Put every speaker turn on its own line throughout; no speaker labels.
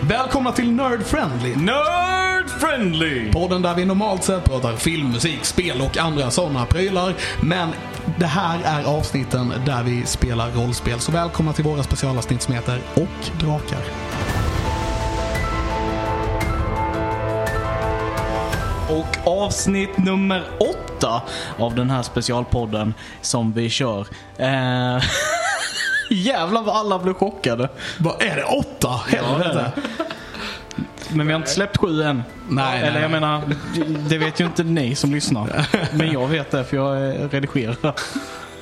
Välkomna till Nerd Friendly.
Nerd friendly!
Podden där vi normalt sett pratar film, musik, spel och andra sådana prylar. Men det här är avsnitten där vi spelar rollspel. Så välkomna till våra specialavsnitt som heter Och Drakar.
Och avsnitt nummer åtta av den här specialpodden som vi kör. Eh, jävlar vad alla blev chockade.
Vad är det? Åtta? Helvete.
Men vi har inte släppt sju än.
Nej,
Eller
nej,
jag
nej.
menar, det vet ju inte ni som lyssnar. Men jag vet det för jag eh, redigerar.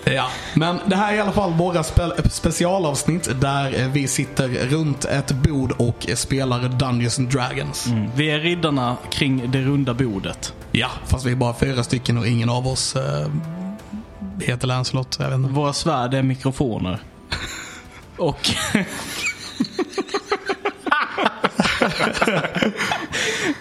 Ja, men det här är i alla fall våra spe- specialavsnitt där eh, vi sitter runt ett bord och eh, spelar Dungeons and Dragons.
Vi är riddarna kring det runda bordet.
Ja, fast vi är bara fyra stycken och ingen av oss eh, heter Lancelot. Jag vet inte.
Våra svärd är mikrofoner. Och...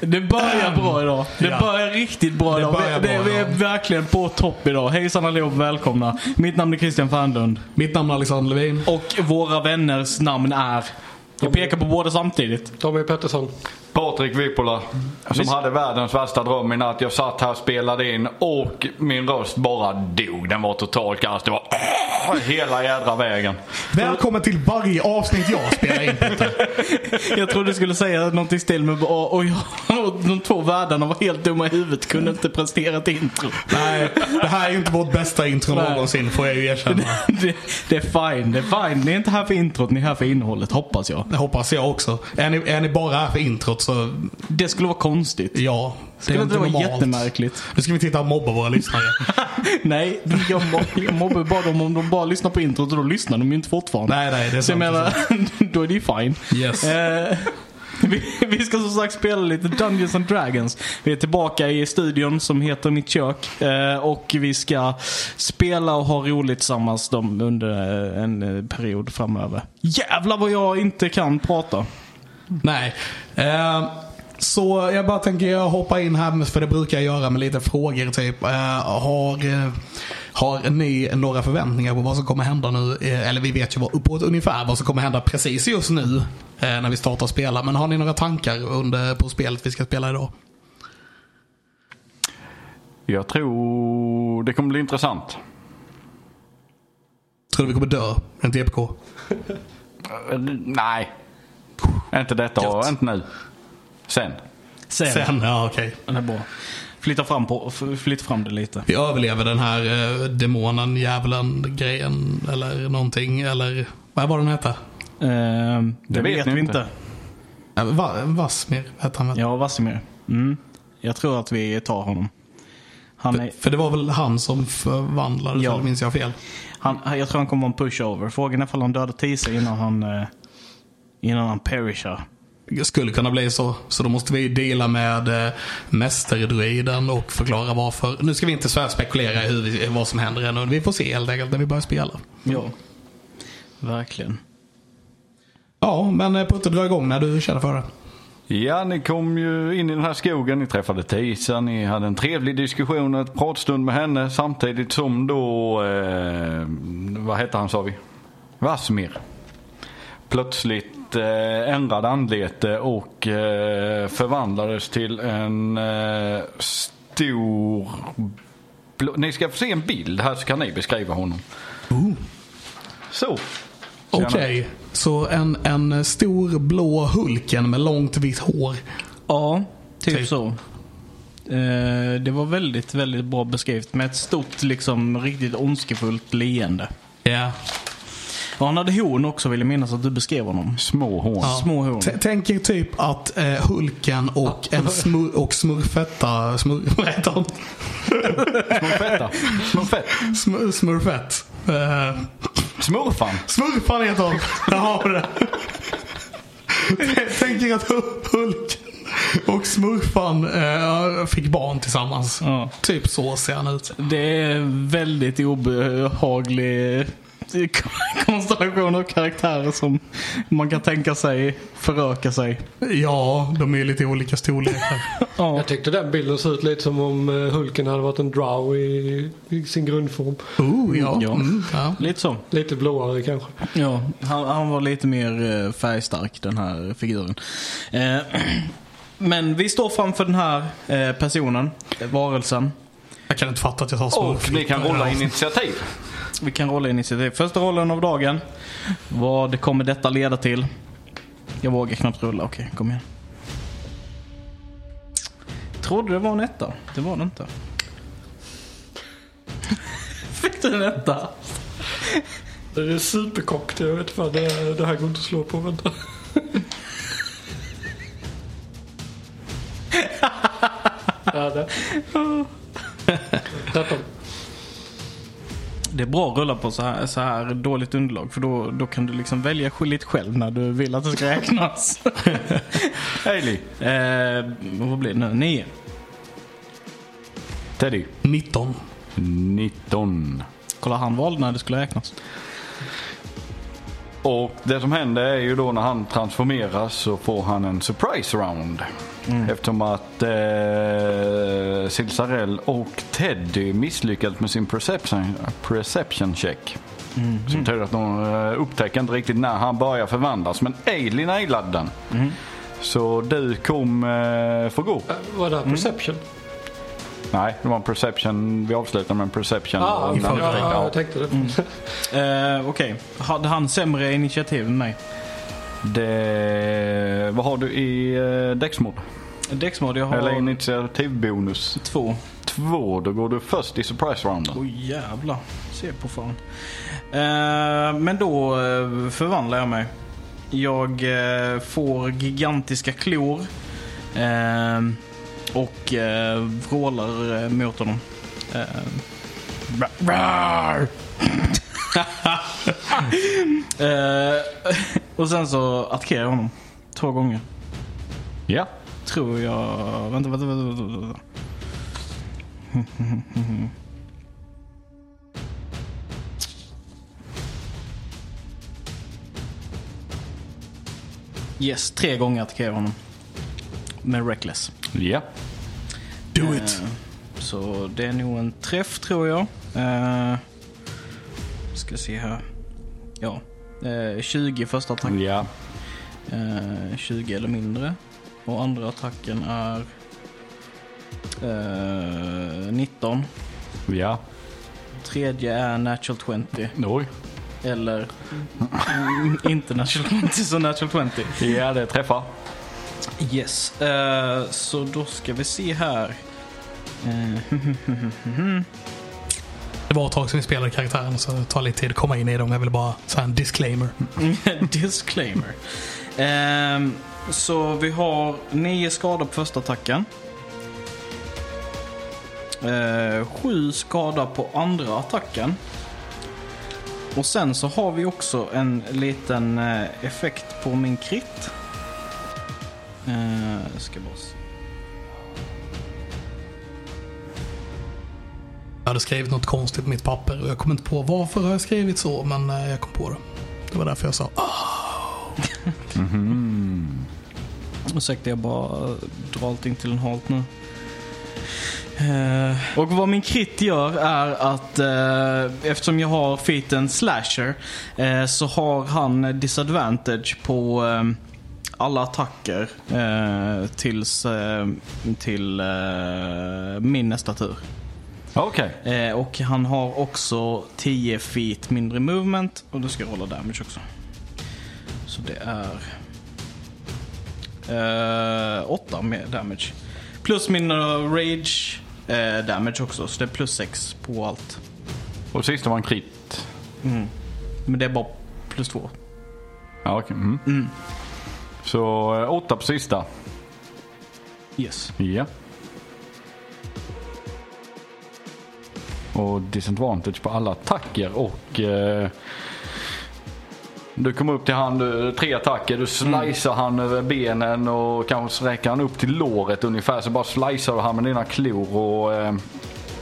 Det börjar bra idag. Det
Ja.
börjar riktigt bra
Det
idag.
börjar
Vi,
bra
det, vi är
idag.
verkligen på topp idag. Hejsan allihopa, välkomna. Mitt namn är Christian Fernlund.
Mitt namn är Alexander Levin.
Och våra vänners namn är... Jag pekar på båda samtidigt.
Tommy Pettersson.
Patrik Vippola, som hade världens värsta dröm i natt. Jag satt här och spelade in och min röst bara dog. Den var totalt kass. Det var hela jädra vägen.
Välkommen till varje avsnitt jag spelar in Peter.
Jag trodde du skulle säga någonting still med och, och, jag, och de två värdarna var helt dumma i huvudet. Kunde inte prestera ett intro.
Nej, det här är ju inte vårt bästa intro
Nej.
någonsin får jag ju erkänna.
det, det är fine, det är fine. Ni är inte här för introt, ni är här för innehållet, hoppas jag.
Det hoppas jag också. Är ni, är ni bara här för introt så
Det skulle vara konstigt.
ja. Det
Skulle
är
inte
inte
det vara
normalt.
jättemärkligt?
Nu ska vi titta och mobba våra lyssnare.
Nej, jag, mob- jag mobbar bara dem om de bara lyssnar på introt och då lyssnar de ju inte fortfarande.
nej, nej, det är
Så jag
sant.
menar, då är det ju fine.
Yes.
Eh, vi, vi ska som sagt spela lite Dungeons and Dragons. Vi är tillbaka i studion som heter Mitt kök. Eh, och vi ska spela och ha roligt tillsammans de, under eh, en eh, period framöver. Jävlar vad jag inte kan prata.
Nej. Eh, så jag bara tänker jag hoppa in här, för det brukar jag göra med lite frågor. Typ. Eh, har, eh, har ni några förväntningar på vad som kommer hända nu? Eh, eller vi vet ju vad, på ett ungefär vad som kommer hända precis just nu. Eh, när vi startar spela. Men har ni några tankar under, på spelet vi ska spela idag?
Jag tror det kommer bli intressant.
Tror du vi kommer dö? Inte EPK?
Eh, Nej. Inte detta och
Gött.
inte nu. Sen.
Sen.
Sen, ja okej.
Den är bra. Flytta fram, på, f- flytta fram det lite. Eh,
Vi överlever den här eh, demonen, djävulen, grejen eller någonting. Eller vad var den hette?
Ehm, det,
vet
vet
ni
vi
inte.
inte.
Eh, Va- Vasmir hette han väl?
Ja, Vassimir. Mm. Jag tror att vi tar honom. Han är,
För, för det var väl han som förvandlades,
Ja.
eller minns jag fel?
han, jag tror han kommer vara en pushover. Frågan är ifall han dödar Tisa innan han, eh, innan han perishar.
Det skulle kunna bli så. Så då måste vi dela med eh, mästerdruiden och förklara varför. Nu ska vi inte så här spekulera i hur vi, vad som händer ännu. Vi får se helt enkelt när vi börjar spela.
Ja. Verkligen.
Ja, men eh, Putte dra igång när du känner för det.
Ja, ni kom ju in i den här skogen. Ni träffade Tisa. Ni hade en trevlig diskussion och ett pratstund med henne. Samtidigt som då... Eh, vad hette han sa vi? Vasmir. Plötsligt eh, ändrade anlete och eh, förvandlades till en eh, stor... Blå... Ni ska få se en bild här så kan ni beskriva honom. Så.
Okej, så en, en eh, stor blå Hulken med långt vitt hår.
Ja, typ,
Typ.
så. Eh, det var väldigt, väldigt bra beskrivet med ett stort, liksom riktigt ondskefullt leende.
Ja.
Och han hade horn också vill jag minnas att du beskrev honom.
Små horn.
Ja.
Små horn.
T- Tänk er typ att eh, Hulken och en smur och smurfetta, smur, vad heter hon?
Små fetta. Små fett.
Smur, smurfett. Eh,
Smurfan.
Smurfan heter hon. Där har vi det. Tänk er att Hu- Hulk och Smurfan eh, fick barn tillsammans.
Ja.
Typ så ser han ut.
Det är väldigt obehaglig konstellationer och karaktärer som man kan tänka sig föröka sig.
Ja, de är ju lite olika storlekar.
Ja.
Jag tyckte den bilden såg ut lite som om eh, Hulken hade varit en drow i, i sin grundform.
Oh, ja.
Ja.
Mm, ja.
Lite så.
Lite blåare kanske.
Ja, han, han var lite mer eh, färgstark den här figuren. Eh, Men vi står framför den här eh, personen, eh, varelsen.
Jag kan inte fatta att jag sa små
Och ni kan
flippor.
rulla initiativ.
Vi kan rolla initiativ. Första rollen av dagen. Vad kommer detta leda till? Jag vågar knappt rulla. Okej, kom igen. Trodde det var en etta. Det var det inte. Fick du en etta?
Det är superkokt. Jag vet fan, det, det här går inte att slå på. Vänta. ja, det. Detta.
Det är bra att rulla på så här, så här dåligt underlag för då, då kan du liksom välja sj- lite själv när du vill att det ska räknas.
Hailey.
eh, vad blir det nu? Nio.
Teddy.
19.
19.
Kolla han valde när det skulle räknas.
Och det som händer är ju då när han transformeras så får han en surprise round. Eftersom att eh, Silsarell och Teddy misslyckades med sin perception, perception check. Så betyder att de eh, upptäcker inte riktigt när han börjar förvandlas. Men Ailey nailade den. Så du kom eh, för god.
Var det här perception?
Nej, det var en perception. Vi avslutade med en perception.
Ah,
Och-
ja,
Ja.
ja, jag tänkte det.
Eh, Okej, hade han sämre initiativ än mig?
det, vad har du i eh, däcksmod?
Dexmod, jag har
Eller initiativbonus?
två.
två, då går du först i surprise rounden.
Oj jävlar. Se på fan. Eh, men då eh, förvandlar jag mig. Jag eh, får gigantiska klor. eh, och eh, vrålar eh, mot honom. Eh, ra- rar! Eh, och sen så attackerar jag honom. Två gånger.
Ja.
Tror jag... Vänta, vänta, vänta. vänta, vänta. Yes, tre gånger attackerar jag honom. Med Reckless.
Ja.
Do it.
Så det är nog en träff tror jag. Eh, ska se här. Ja, eh, 20 första attack.
Ja.
Eh, 20 eller mindre. Och andra attacken är eh, 19.
Ja.
Tredje är natural 20.
Oj.
Eller mm, inte natural 20 så natural 20.
Ja, det träffar.
Yes. Eh, så då ska vi se här. Eh,
Det var ett tag sedan vi spelade karaktären så det tar lite tid att komma in i dem. Jag vill bara säga en disclaimer.
Disclaimer. Ehm, så vi har nio skador på första attacken. Eh, sju skada på andra attacken. Och sen så har vi också en liten eh, effekt på min krit. Eh, ska bara se.
Jag hade skrivit något konstigt på mitt papper och jag kom inte på varför har jag skrivit så men eh, jag kom på det. Det var därför jag sa ah.
Ursäkta, jag bara eh, drar allting till en halt nu. Eh, och vad min krit gör är att eh, eftersom jag har feeten slasher eh, så har han disadvantage på eh, alla attacker eh, tills eh, till eh, min nästa tur.
Okej.
Eh, och han har också 10 feet mindre movement. Och då ska jag rolla damage också. Så det är... 8 med damage. Plus min eh, rage eh, damage också. Så det är plus 6 på allt.
Och sista var en crit.
Men det är bara plus 2.
Ja, okej. Mm. Så eh, åtta på sista.
Yes.
Ja. Och disadvantage på alla attacker och... Eh, du kommer upp till han, du, tre attacker, du slicear han över benen och kanske sträcker han upp till låret ungefär. Så bara slicear du han med dina klor och eh,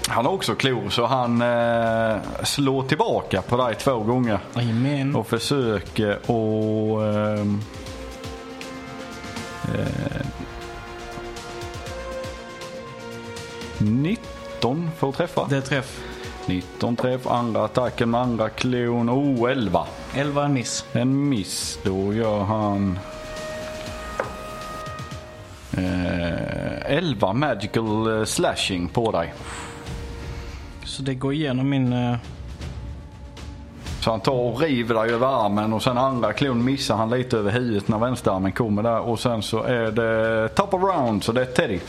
Han har också klor så han eh, slår tillbaka på dig två gånger.
Jajamän.
Och försöker och... ehm, eh, 19 för att träffa.
Det är träff.
19 träff, andra attacken med andra klon. Oh, 11.
11 miss.
En miss. Då gör han... Eh, 11 magical eh, slashing på dig.
Så det går igenom min... eh,
Så han tar och river dig över armen och sen andra klon missar han lite över huvudet när vänsterarmen kommer där. Och sen så är det top of round så det är Teddy.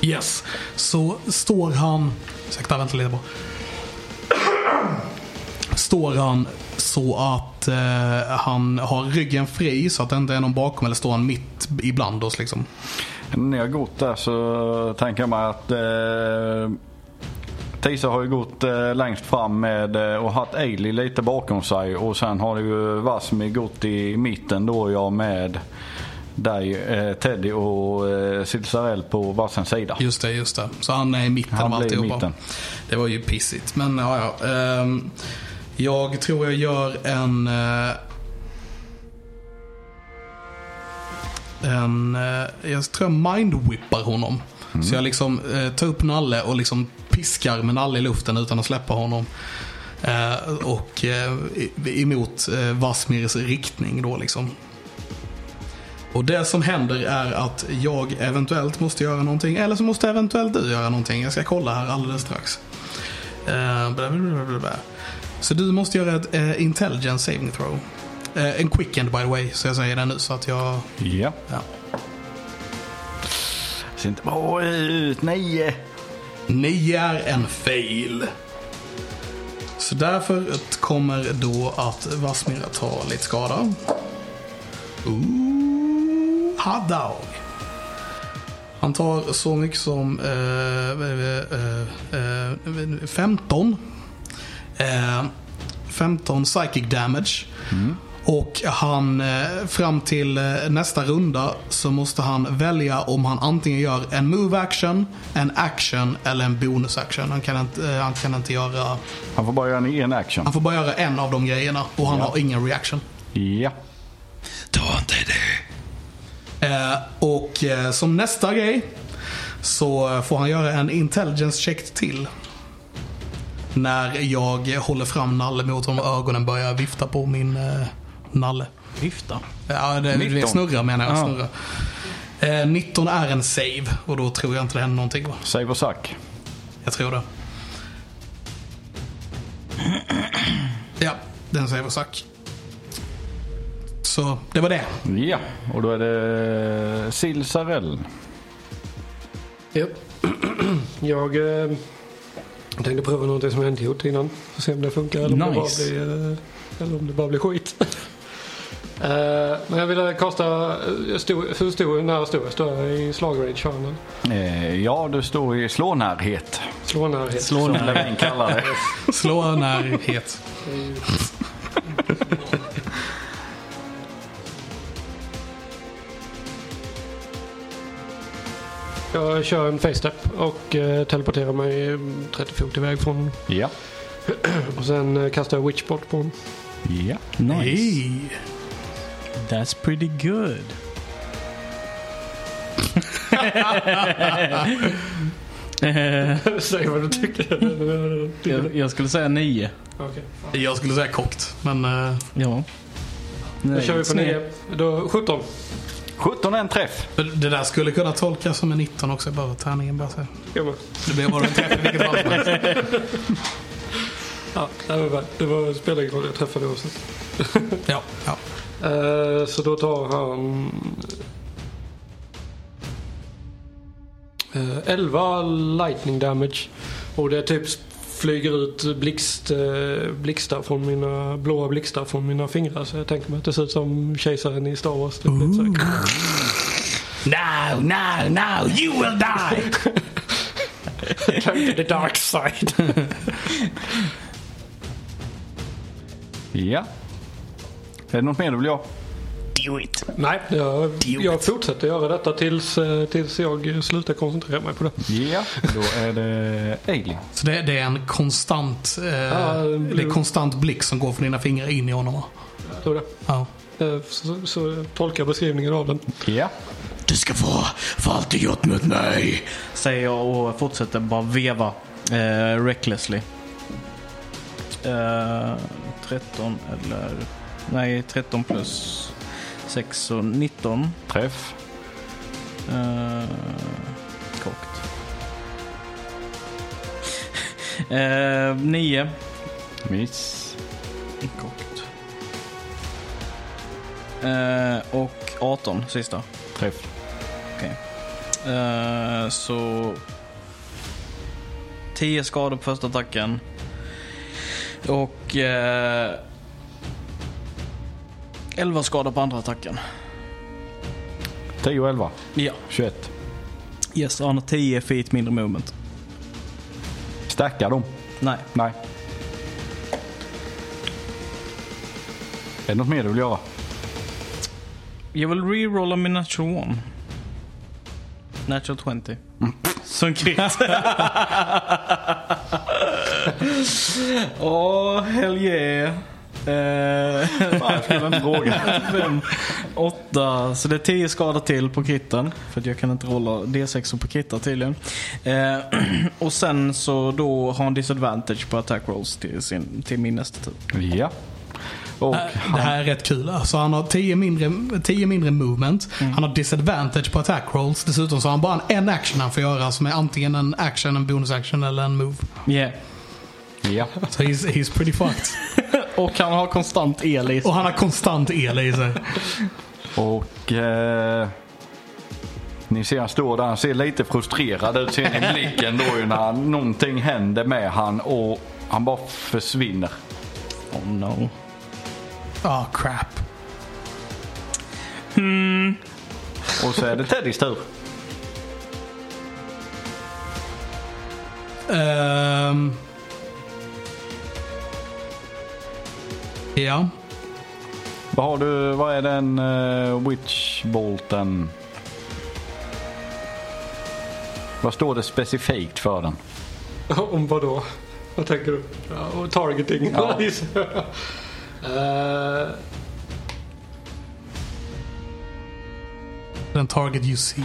Yes. Så står han... Ursäkta, vänta lite bara. Står han så att eh, han har ryggen fri så att det inte är någon bakom eller står han mitt ibland oss liksom?
När jag gått där så tänker jag mig att eh, Tisa har ju gått eh, längst fram med eh, och haft Ailey lite bakom sig och sen har det ju Vasmi gått i mitten då jag med dig eh, Teddy och eh, Silsarell på varsin sida.
Just det, just det. Så han är i mitten
Han
av
blir i
alltihopa.
mitten.
Det var ju pissigt. Men ja, ja. Ehm, jag tror jag gör en... eh, en eh, jag tror jag mindwhippar honom.
Mm.
Så jag liksom eh, tar upp Nalle och liksom piskar med Nalle i luften utan att släppa honom. Eh, och eh, i- emot eh, Vasmirs riktning då liksom. Och det som händer är att jag eventuellt måste göra någonting. Eller så måste eventuellt du göra någonting. Jag ska kolla här alldeles strax. Eh, bla, bla, bla, bla, bla. Så du måste göra ett eh, intelligence saving throw. Eh, en quick end by the way, så jag säger det nu så att jag...
Ja.
Ja.
Ser inte bra ut. Nio.
Ni är en fail. Så därför kommer då att Vasmira ta lite skada. Ooh, hot dog. Han tar så mycket som eh, eh, eh, eh, 15. Eh, 15 psychic damage. Och han eh, fram till eh, nästa runda så måste han välja om han antingen gör en move action, en action eller en bonus action. Han kan inte, eh, han kan inte göra...
Han får bara göra en- en action.
Han får bara göra en av de grejerna och han har ingen reaction.
Ja.
Ta inte det. Eh, och eh, som nästa grej så får han göra en intelligence check till. När jag håller fram Nalle mot honom och ögonen börjar vifta på min eh, Nalle.
Vifta.
Ja, det, det
19.
snurrar menar jag. Snurra. Eh, 19 är en save och då tror jag inte det händer någonting va?
Save och sack.
Jag tror det. Ja, den save och sack. Så det var det.
Ja. Och då är det Silsarell.
Ja. Jag eh, tänkte prova någonting som jag inte gjort innan. För att se om det funkar eller, om, det bara
Nice.
blir, eh, eller om det bara blir skit. Eh, men jag ville kosta... eh, Stor, hur stor, nära stor, står jag i slagrange har jag den?
Eh, ja, du står i slånärhet.
Slå närhet.
Slå
Som
ner.
Levin kallar det.
Slå närhet.
Jag kör en face-step och eh, teleporterar mig mm, 30 fot iväg från honom.
Ja.
Och sen eh, kastar jag witchbot på honom.
Ja.
Nice.
Hey.
That's pretty good. Eh,
Säg vad du tycker.
jag, jag skulle säga nio.
Okej.
Jag skulle säga kokt, men eh,
Ja.
Då
Nej,
kör vi på
sned.
9. Då, 17.
17 är en träff.
det där skulle kunna tolkas som en 19 också. Jag behöver tärningen bara så.
Jag bara,
Det blir bara en träff i vilket fall som helst.
Ja, det var bra. Det var spelar ingen roll. Jag träffade också.
Ja, ja.
Eh, så då tar han... Eh, 11 lightning damage. Och det typ flyger ut blixt, eh, blixtar från mina, blåa blixtar från mina fingrar. Så jag tänker mig att det ser ut som kejsaren i Star Wars. Typ, lite så här.
No, no, no, you will die!
The dark side.
Ja. Är det något mer du vill ha?
Do it.
Nej, jag,
Idiot.
jag fortsätter göra detta tills, eh, tills jag slutar koncentrera mig på det.
Ja, då är det Alien.
Så det, det är en konstant, eh, det är konstant blick som går från dina fingrar in i honom. va?
Det var det.
Ja.
Eh, Så, så tolkar beskrivningen av den.
Ja.
Du ska få för allt du gjort mot mig.
Säger jag och fortsätter bara veva eh, recklessly. Eh, 13 eller... Nej, 13 plus 6 så 19.
Träff.
Eh, kokt. Eh, 9.
Miss.
Kokt. Eh, och 18 sista.
Träff.
Eh, så... 10 skador på första attacken. Och... Eh, 11 skador på andra attacken.
10 och 11.
Ja.
21.
Yes, han har 10 feet mindre movement.
Stacka dem.
Nej.
Nej. Är det något mer du vill göra?
Jag vill rerolla min natural one. Natural 20. Som krit. Åh, hell yeah. Eh,
Jag skulle inte fråga.
fem, åtta, så det är 10 skador till på kritten. För att jag kan inte rolla D6 på krittar tydligen. Eh, och sen så då har han disadvantage på attack rolls till, sin, till min nästa tur.
Ja. Och
Det här är rätt kul. Alltså han har 10 mindre, 10 mindre movement. Han har disadvantage på attack rolls. Dessutom så har han bara en action han får göra som är antingen en action, en bonus action eller en move.
Yeah.
ja.
Så he's, he's pretty fucked.
Och han har konstant el i sig.
Och han har konstant el i sig.
Och eh, ni ser han står där. Han ser lite frustrerad ut ser ni i blicken då ju när han, någonting händer med han och han bara försvinner.
Oh no.
Ah crap.
Och så är det Teddys tur.
Ehm. Ja.
Vad har du? Vad är den uh, witchbolten? Vad står det specifikt för den?
Om vad då? Vad tänker du? Ja, och targeting.
Ja.
Eh,
Den target you see.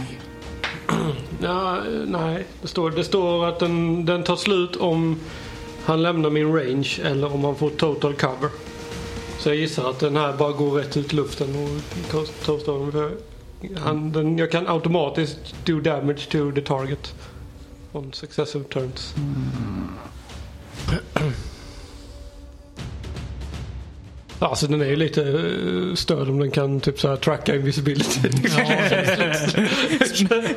ja, nej, det står, det står att den, den tar slut om han lämnar min range eller om han får total cover. Så jag gissar att den här bara går rätt ut i luften och tar- tar storm. För han, den, jag kan automatiskt do damage to the target. On successive turns. Alltså den är ju lite eh, störd om den kan typ så här tracka invisibility.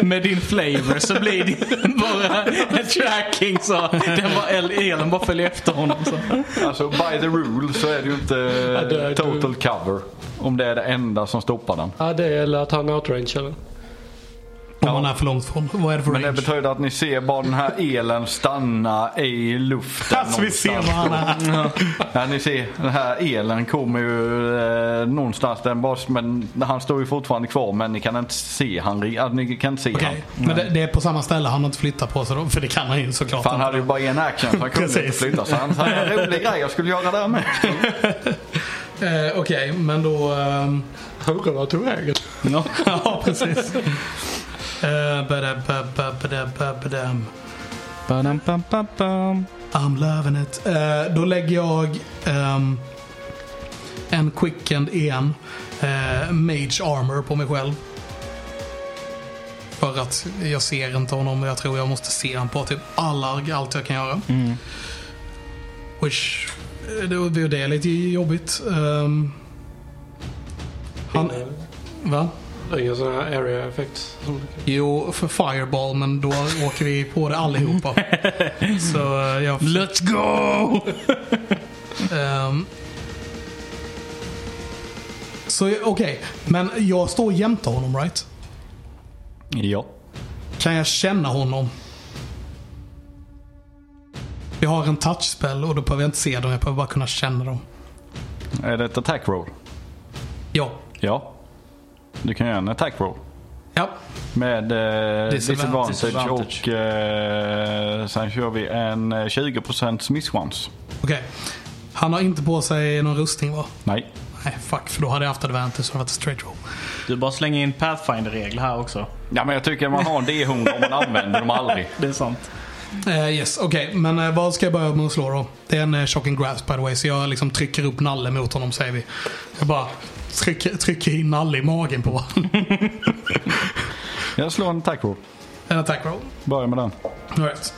Med din flavor så blir det bara en tracking så. Den bara, elen bara följer efter honom. Så.
Alltså by the rule så är det ju inte eh,
det är
total cover. Om det är det enda som stoppar den.
Ja, det eller att han outrangear den.
Om man är för långt från. Vad är det för
Men det
range?
betyder att ni ser bara den här elen stanna i luften
Alltså vi ser
någonstans.
vad han är.
Ja, ni ser, den här elen kommer ju eh, någonstans. Den bara, men han står ju fortfarande kvar men ni kan inte se han. Ja, ni kan inte se
Okej.
han.
Men det, det är på samma ställe. Han har inte flyttat på sig då. För det kan han ju såklart
För han
inte.
hade ju bara en action så han kunde inte
Precis.
flytta. Så han sa en rolig grej jag skulle göra där med.
Eh, Okej, men då... ehm,
Undrar vart tog vägen?
Ja.
ja, precis. Eh, badab, badab, badab, badab.
Ba-dam-pam-pam-pam.
I'm loving it. Eh, då lägger jag ehm, en quickend igen. Uh, mage armor på mig själv. För att jag ser inte honom och jag tror jag måste se honom på typ alla, allt jag kan göra. Which, eh, det, det det är lite jobbigt. Ehm, han, va?
Det är inga sådana här area effects.
Jo, för fireball, men då åker vi på det allihopa. Så eh, jag...
Let's go!
Ehm. så okej, men jag står jämte honom right?
Ja.
Kan jag känna honom? Jag har en touchspell och då behöver jag inte se dem, jag behöver bara kunna känna dem.
Är det ett attack roll?
Ja,
Ja. Du kan göra en attack roll.
Ja.
Med eh,
Disadvantage.
disadvantage, och eh, sen kör vi en eh, 20% misschans.
Okej. Han har inte på sig någon rustning va?
Nej.
Nej, fuck. För då hade jag haft advantage och det varit straight roll.
Du bara slänger in Pathfinder-regler här också.
Ja men jag tycker man har en D100 om man använder dem aldrig.
Det är sant.
Eh, yes, okej. Men eh, vad ska jag börja med att slå då? Det är en uh, shocking grasp by the way. Så jag liksom trycker upp nalle mot honom säger vi. Jag bara trycker, trycker in nalle i magen på honom.
Jag slår en attack roll.
en attack roll.
Börja med den.
Alright.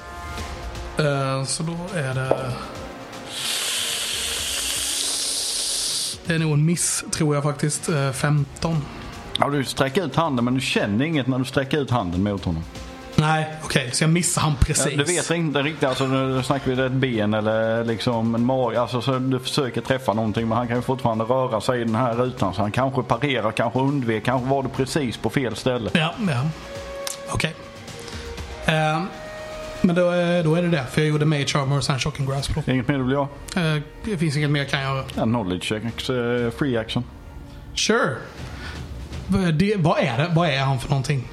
Eh, så då är det... Det är nog en miss tror jag faktiskt. Eh, 15.
Ja, du sträcker ut handen men du känner inget när du sträcker ut handen mot honom.
Nej, okej. Så jag missar han
Ja,
precis.
Du vet inte riktigt, alltså nu snackar vi det är ett ben eller liksom en mage. Alltså så du försöker träffa någonting men han kan ju fortfarande röra sig i den här rutan. Så han kanske parerar, kanske undvek, kanske var du precis på fel ställe.
Ja, ja. Okej. Ehm, men då, är- då är det det. För jag gjorde Mage Armor och sen Shocking Grasp. då.
Inget mer du vill göra?
Eh, det finns inget mer jag kan göra.
Ja, knowledge check, eh, free action.
Sure. V- Det, vad är det? Vad är han för någonting?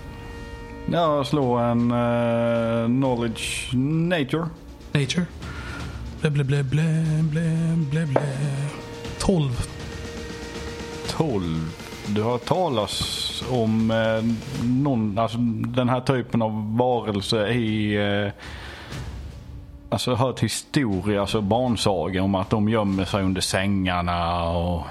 Jag slår en eh, knowledge nature.
Nature? Blä, blä, blä, blä, blä, blä, blä. 12.
12. Du har hört talas om eh, någon, alltså, den här typen av varelse i... Eh, alltså hört historia, alltså barnsaga om att de gömmer sig under sängarna och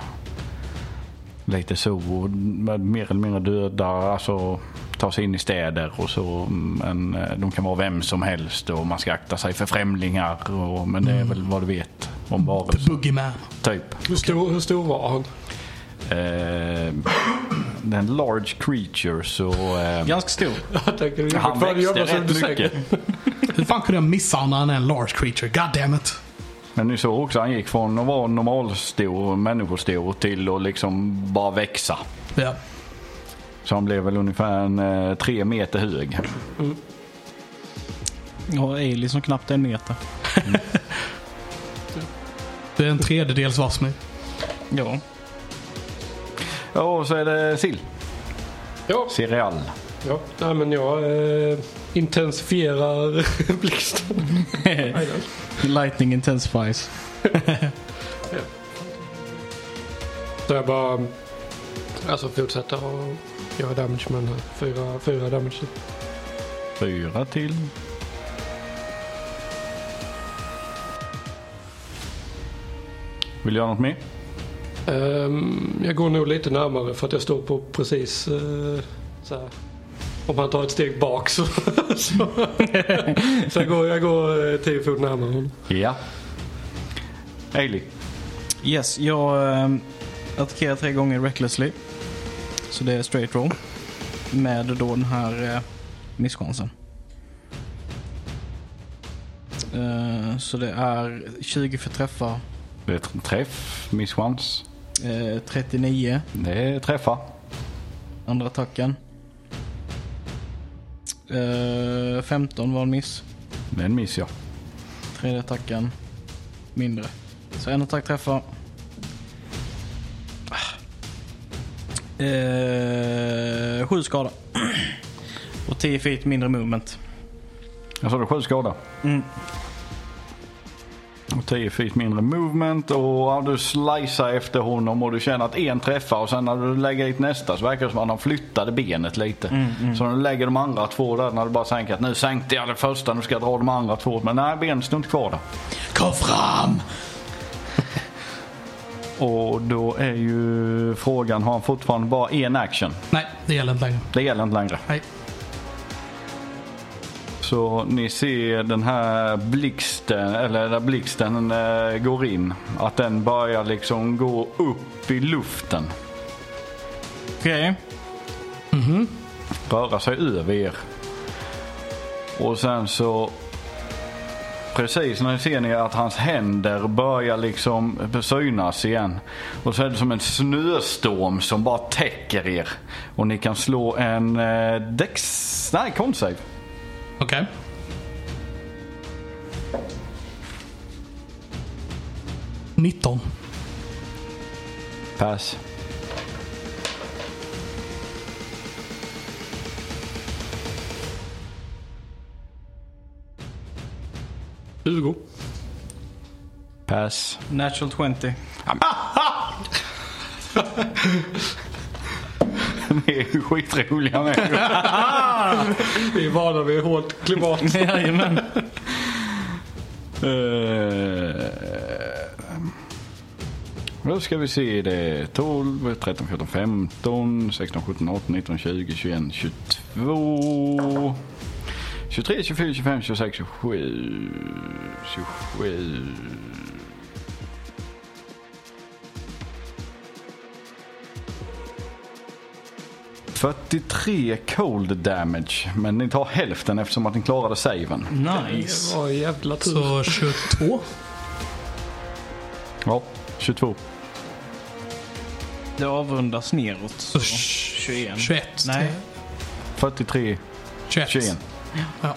lite så. och med- Mer eller mindre döda, alltså tar sig in i städer och så. Men eh, de kan vara vem som helst och man ska akta sig för främlingar. Och, men det är väl vad du vet om varelser,
Boogeyman.
typ.
Hur stor, hur stor var han?
Eh, det är en large creature så... Eh,
Ganska stor.
Jag tänker, det är
han
jobbigt för
växte
jobbar sig
rätt
under sängen.
mycket.
Hur fan kunde jag missa honom när han är en large creature? God damn it.
Men ni såg också, han gick från att vara normalstor, människostor till att liksom bara växa.
Ja.
Så han blev väl ungefär en, eh, tre meter hög.
Ja, Ailey som knappt är en meter.
Det är en tredjedels Vasmi.
Ja.
Ja, Och så är det sill.
Ja,
Cereal.
ja. Nej, men jag eh, intensifierar blixten.
Lightning intensifies.
Så jag bara alltså, fortsätter och göra damage med den här. Fyra, fyra damage.
Fyra till. Vill du göra något mer?
Ehm, jag går nog lite närmare för att jag står på precis eh, så här. Om han tar ett steg bak så... så, så jag går, jag går eh, tio fot närmare honom.
Ja. Ailey.
Yes, jag eh, attackerar tre gånger recklessly. Så det är straight roll. Med då den här eh, misschansen. Eh, så det är 20 för träffar,
Det är ett träff. Miss chance.
eh, 39
Det är träffa.
andra attacken. Eh, 15 var en miss,
Det är en miss ja.
tredje attacken mindre. Så en attack träffar. Ah. Eh, sju skada. Och 10 feet mindre movement.
Jag sa det, sju skada.
Mm.
Och 10 feet mindre movement och ja, du slicear efter honom och du känner att en träffar och sen när du lägger dit nästa så verkar det som att han flyttade benet lite. Så när du lägger de andra två där när du bara tänker att nu sänkte jag det första, nu ska jag dra de andra två. Men nej, benet står inte kvar där.
Kom fram!
Och då är ju frågan, har han fortfarande bara en action?
Nej, det gäller inte längre.
Det gäller inte längre.
Nej.
Så ni ser den här blixten, eller där blixten eh, går in. Att den börjar liksom gå upp i luften.
Okej.
Röra sig över er. Och sen så Precis när ni ser ni att hans händer börjar liksom synas igen. Och så är det som en snöstorm som bara täcker er. Och ni kan slå en eh, dex... Nej, konstsave.
Okej. Nitton.
Pass.
20.
Pass.
Natural 20.
Ni är ju skitroliga med.
Vi är vana vid hårt klimat.
Jajamän.
Eh, Då ska vi se det. är 12, 13, 14, 15, 16, 17, 18, 19, 20, 21, 22, 23, 24, 25, 26, 27, 27. Fyrtiotre cold damage, men ni tar hälften eftersom att ni klarade saven.
Nice.
Åh jävla tur.
Så 22.
Ja, 22.
Det avrundas neråt. Så.
Usch.
21.
21.
Nej.
43,
21.
21.
Ja.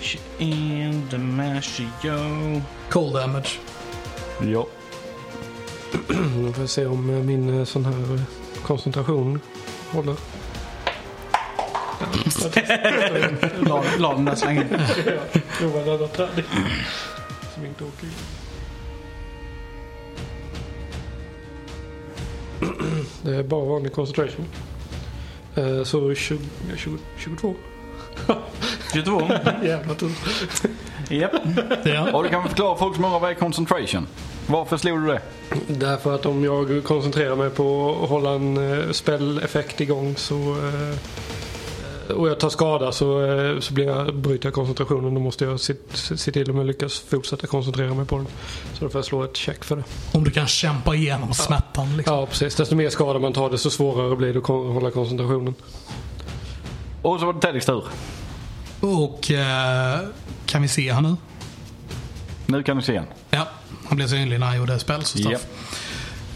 21 Damasio.
Cold damage.
Ja.
Nu får jag se om eh, min eh, sån här eh, koncentration håller.
La, la den där slangen.
Prova en annan träning. Som inte åker in. Det är bara vanlig concentration. Eh, Så 20, 20, 22.
22.
Jävla tur.
Japp.
Ja.
Och du kan väl förklara för folk som undrar vad är concentration? Varför slog du det?
Därför att om jag koncentrerar mig på att hålla en eh, spelleffekt igång så eh, och jag tar skada så, eh, så blir jag, bryter jag koncentrationen. Då måste jag se, se se till om jag lyckas fortsätta koncentrera mig på den. Så då får jag slå ett check för det.
Om du kan kämpa igenom smärtan. Liksom.
Ja precis, desto mer skada man tar desto svårare blir det att kon- hålla koncentrationen.
Och så var det Teddys tur.
Och eh, kan vi se han nu?
Nu kan du se igen.
Ja, han blev synlig när han gjorde spells och
Japp.
stuff.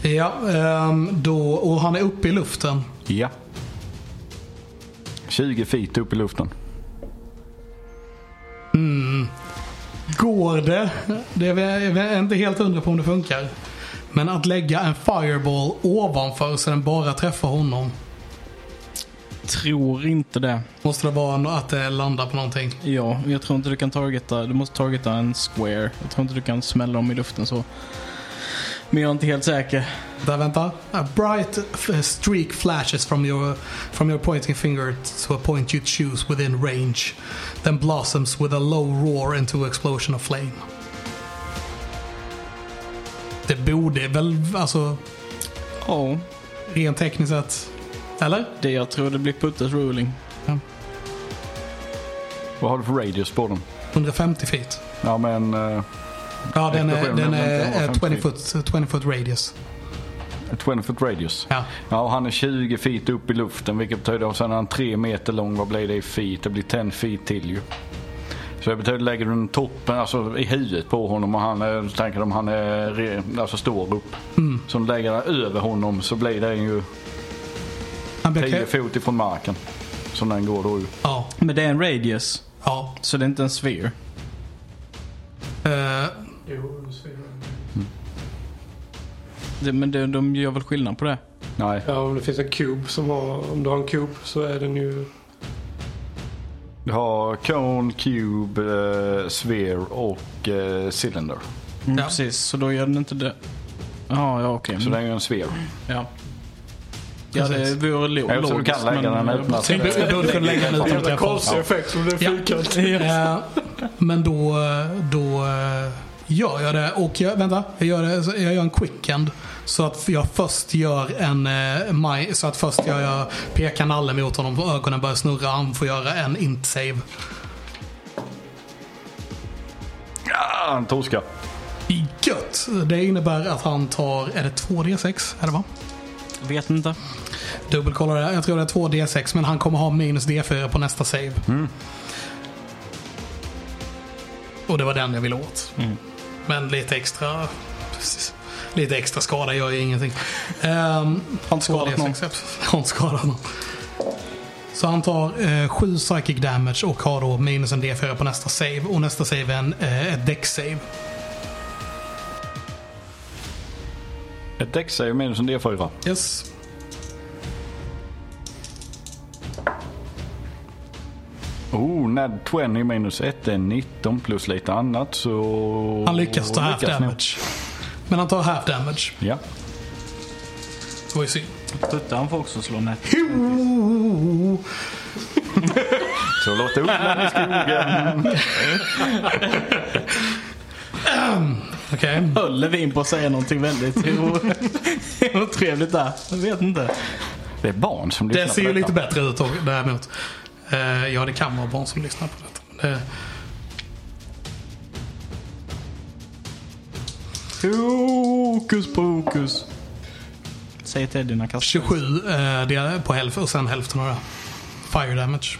Ja, ehm, då, och han är uppe i luften.
Ja. 20 feet upp i luften.
Går det? Det är, väl- jag är inte helt hundra på om det funkar. Men att lägga en fireball ovanför så den bara träffar honom.
Tror inte det.
Måste det vara nå- att det landar på någonting?
Ja, jag tror inte du kan targeta. Du måste targeta en square. Jag tror inte du kan smälla dem i luften så. Men jag är inte helt säker.
Där, vänta. A bright f- eh, streak flashes from your, from your pointing finger to a point you choose within range. Then blossoms with a low roar into explosion of flame. Det borde väl, alltså
Ja,
rent tekniskt sett, eller?
det jag tror det blir Puttes ruling.
Vad har du för radius på den?
150 feet.
Ja men... eh,
Ja, den är, den
Explosionen behöver inte
är
vara
eh, 20 foot, 20 foot radius.
20 foot radius.
Ja.
Ja, och han är 20 feet upp i luften vilket betyder att sen är han 3 meter lång. Vad blir det i feet? Det blir 10 feet till ju. Så det betyder lägger du den toppen, alltså i huvudet på honom och han är, så tänker de han är, re- alltså står upp. Så om du lägger den över honom så blir det ju
Han blir
10
kö-
fot ifrån marken. Som den går då ur.
Ja,
Men det är en radius,
ja.
så det är inte en sphere.
Eh,
Det, men det, de gör väl skillnad på det?
Nej,
Ja, om det finns en kub som har, om du har en kub så är den ju...
du har cone, cube, eh, sphere och eh, cylinder.
Mm,
Ja.
Precis, så då gör den inte det. ja, ja okej.
Så det är ju en sphere.
Ja. Ja, det
Precis.
vore lo-
Ja, så du kan lägga den öppna.
jag tänkte att vi borde kunna lägga den utan att träffa honom.
effekt som blir
Ja.
fyrkantig.
Eh, Men då, då eh, gör jag det. Och jag, vänta, jag gör, det, så jag gör en quickend. Så att jag först gör en... eh, My, så att först gör jag pekar nallen mot honom och ögonen börjar snurra. Han får göra en int save.
Ah, en torska.
Gött! Det innebär att han tar, är det 2D6? Är det va?
Vet inte.
Dubbelkollar det. Jag tror det är 2D6 men han kommer ha minus D4 på nästa save.
Mm.
Och det var den jag ville åt.
Mm.
Men lite extra... Precis. Lite extra skada gör ju ingenting. Ehm,
Har inte skadat
skadat
någon.
Har inte skadat någon. Så han tar eh, 7 psychic damage och har då minus en D4 på nästa save. Och nästa save är en, eh, ett deck-save.
Ett däck säger minus en D4.
Yes.
Oh, nad 20 minus 1 är 19 plus lite annat så...
Han lyckas ta half
lyckas ni.
damage. Men han tar half damage.
Ja.
Det var ju synd.
Tutte han får också slå nät.
Så låt upp den i skogen.
Okej.
Höll Levin på att säga någonting väldigt o- otrevligt där. Jag vet inte.
Det är barn som lyssnar
Det ser ju
på detta.
lite bättre ut däremot. Eh, ja, det kan vara barn som lyssnar på detta. Det,
Hokus pokus. Säg till dina kastar.
27 eh, det är på hälften och sen hälften av det. Fire damage.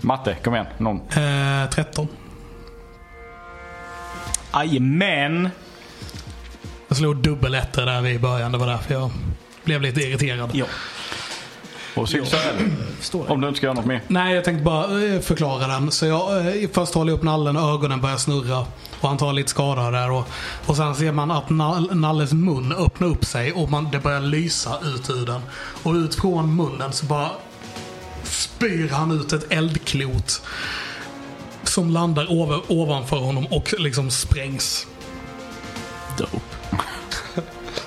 Matte, kom igen. Någon.
Eh, 13.
Jajamän!
Jag slog dubbel etta där i början. Det var därför jag blev lite irriterad.
Ja.
Och Sylsöl,
Förstår jag.
om du inte ska göra något mer.
Nej, jag tänkte bara eh, förklara den. Så jag eh, först håller jag upp nallen och ögonen börjar snurra. Och han tar lite skada där. Och, och sen ser man att nall, Nalles mun öppnar upp sig och man, det börjar lysa ut ur den. Och ut från munnen så bara spyr han ut ett eldklot. Som landar over, ovanför honom och liksom sprängs.
Dope.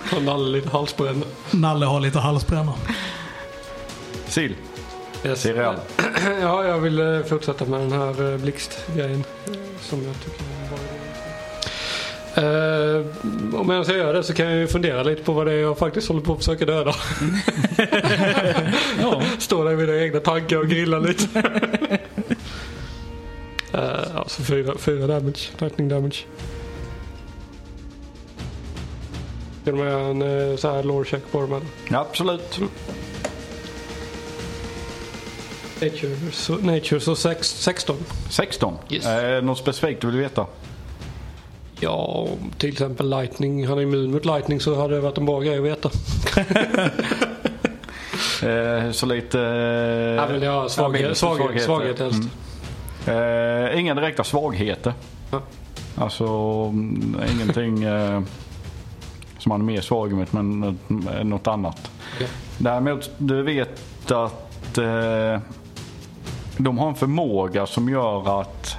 Han hade lite halsbränna.
Nalle har lite halsbränna.
Sill,
Yes.
Sirel.
Ja, jag vill eh, fortsätta med den här eh, blixtgrejen. eh, Som jag tycker var bra. Eh, om jag ska göra det så kan jag ju fundera lite på vad det är jag faktiskt håller på att försöka döda. Stå där i mina egna tankar och grilla lite. uh, alltså fyra, fyra damage. Lightning damage. Ska de göra en uh, så här lore check på dem eller?
Ja, absolut.
Nature, så, nature, så sex, 16.
16.
Yes.
Eh, något specifikt du vill veta?
Ja, till exempel Lightning. Han är immun mot Lightning så hade det varit en bra grej att veta.
Eh, så lite...
Jag vill
Eh,
ha
Ja,
svaghet,
minst
svaghet,
svagheter.
svaghet helst.
eh, inga direkta svagheter.
Ja.
Alltså mm, ingenting eh, som man är mer svag mot men eh, något annat.
Okej.
Däremot, du vet att eh, de har en förmåga som gör att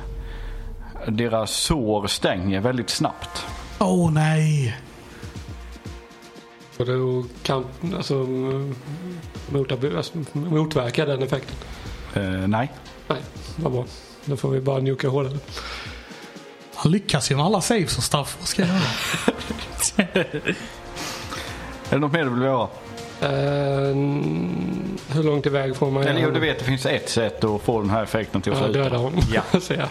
deras sår stänger väldigt snabbt.
Åh oh, nej!
Och då kan alltså, mm, motarbe- alltså, motverka den effekten.
Eh, nej.
Nej, vad bra. Då får vi bara njuka hålen.
Han lyckas ju med alla saves och stuff. Vad ska jag göra?
Är det något mer du vill göra?
Eh, hur långt iväg får man
Eller jo, du vet det finns ett sätt att få den här effekten till att
Ja,
sluta.
döda honom.
Ja.
Säger jag.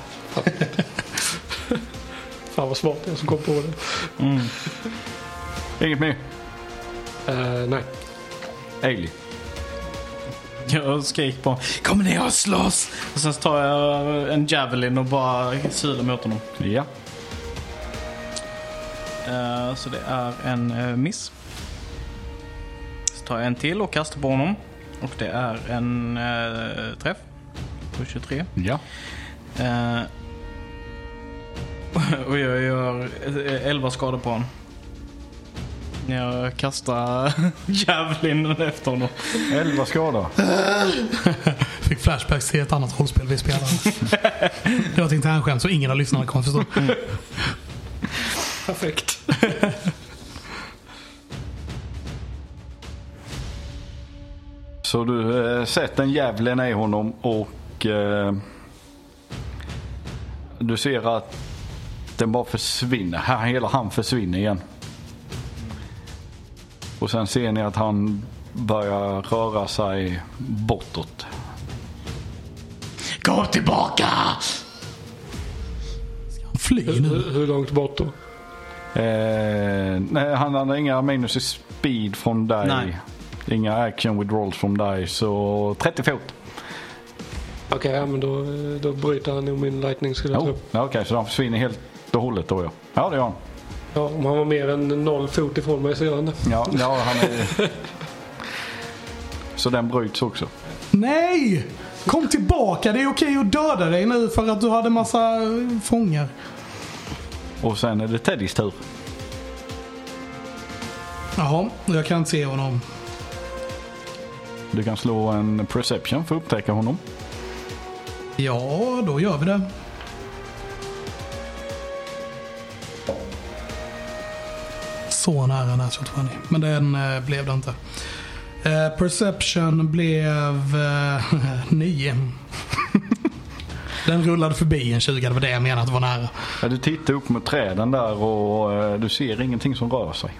Fan vad smart jag som kom på det.
Inget mer?
Eh, nej.
Ailey.
Jag skrek på Kom ner och slåss! Och sen tar jag en javelin och bara sylar mot honom.
Ja.
Eh, Så det är en eh, miss. Så tar jag en till och kastar på honom. Och det är en eh, träff. På 23.
Ja.
Eh, och jag gör eh, 11 skador på honom. När jag kastar javelinen efter honom.
11 skador.
Fick flashbacks till ett annat rollspel vi spelade. det var ett internskämt så ingen av lyssnarna kommer förstå.
Perfekt.
Så du eh, sätter en djävulen i honom och eh, du ser att den bara försvinner. Här, hela han försvinner igen. Och sen ser ni att han börjar röra sig bortåt.
Kom tillbaka!
Fly nu.
Hur, hur långt bort då?
Eh, nej, han hade inga minus i speed från dig.
Nej.
Inga action withdrawals från dig. Så 30 fot.
Okej, ja, men då, eh, då bryter han nog min lightning skulle jag
Jo,
tro.
Oh, ja, Okej, så han försvinner helt och hållet då ja. Ja det gör han.
Ja, om han var mer än noll fot ifrån mig så gör han det.
Ja, ja han är... Så den bryts också.
Nej! Kom tillbaka. Det är okej att döda dig nu för att du hade massa eh, fångar.
Och sen är det Teddys tur.
Jaha, jag kan inte se honom.
Du kan slå en perception för att upptäcka honom.
Ja, då gör vi det. Så nära den här 2020. Men den eh, blev det inte. Eh, perception blev eh, 9. den rullade förbi en 20, det var det jag menade att var nära.
Ja, du tittar upp mot träden där och eh, du ser ingenting som rör sig.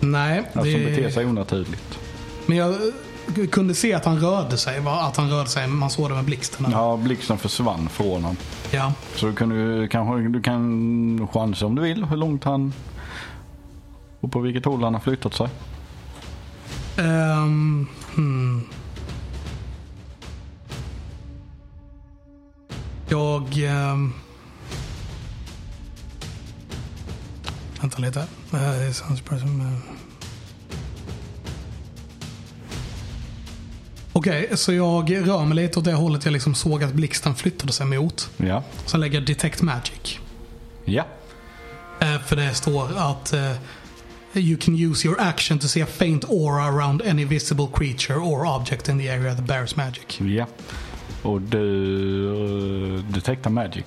Nej,
Alltså, som
det-
beter sig onaturligt.
men jag eh, kunde se att han rörde sig. va? Att han rörde sig, man såg det med blixten. där.
Ja, blixten försvann från honom.
Ja.
Så du kan, du, kanske, du kan chansa om du vill hur långt han och på vilket håll han har flyttat sig.
Ehm, hmm. Jag... ehm, vänta lite. Eh, det är sans- person, eh. Okej, så jag rör mig lite åt det hållet jag liksom såg att blixten flyttade sig mot.
Ja.
Sen lägger jag detect magic.
Ja.
Eh, För det står att eh, You can use your action to see a faint aura around any visible creature or object in the area that bears magic.
Ja. Och du... Detekta magic.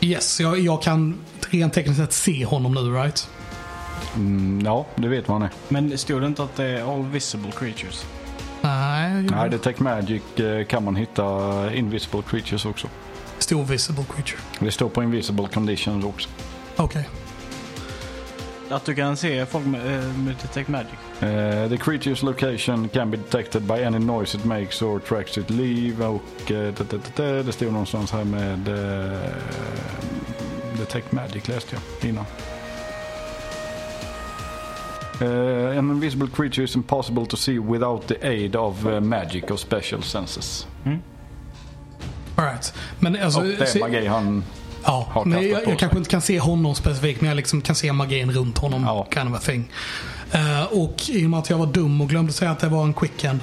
Yes, jag, jag kan rent tekniskt sett se honom nu right?
Mm, ja, du vet vad han är.
Men stod det inte att det är all visible creatures?
Nej,
Nej, detect magic eh, kan man hitta invisible creatures också.
stor visible creature.
Det står på invisible conditions också.
Okej.
Att du kan se folk med, eh, med detect magic?
Eh, the creature's location can be detected by any noise it makes or tracks it leave. Och eh, det- det- det- det stod någonstans här med eh, detect magic läste jag innan. Eh, an invisible creature is impossible to see without the aid of eh, magic or special senses.
Alright. Men alltså...
Och det
se-
är magi han...
ja,
har
men
kastat
jag,
på
jag
sig.
kanske inte kan se honom specifikt men jag liksom kan se magin runt honom.
Ja.
Kind of a thing. Eh, och i och med att jag var dum och glömde säga att det var en quick end.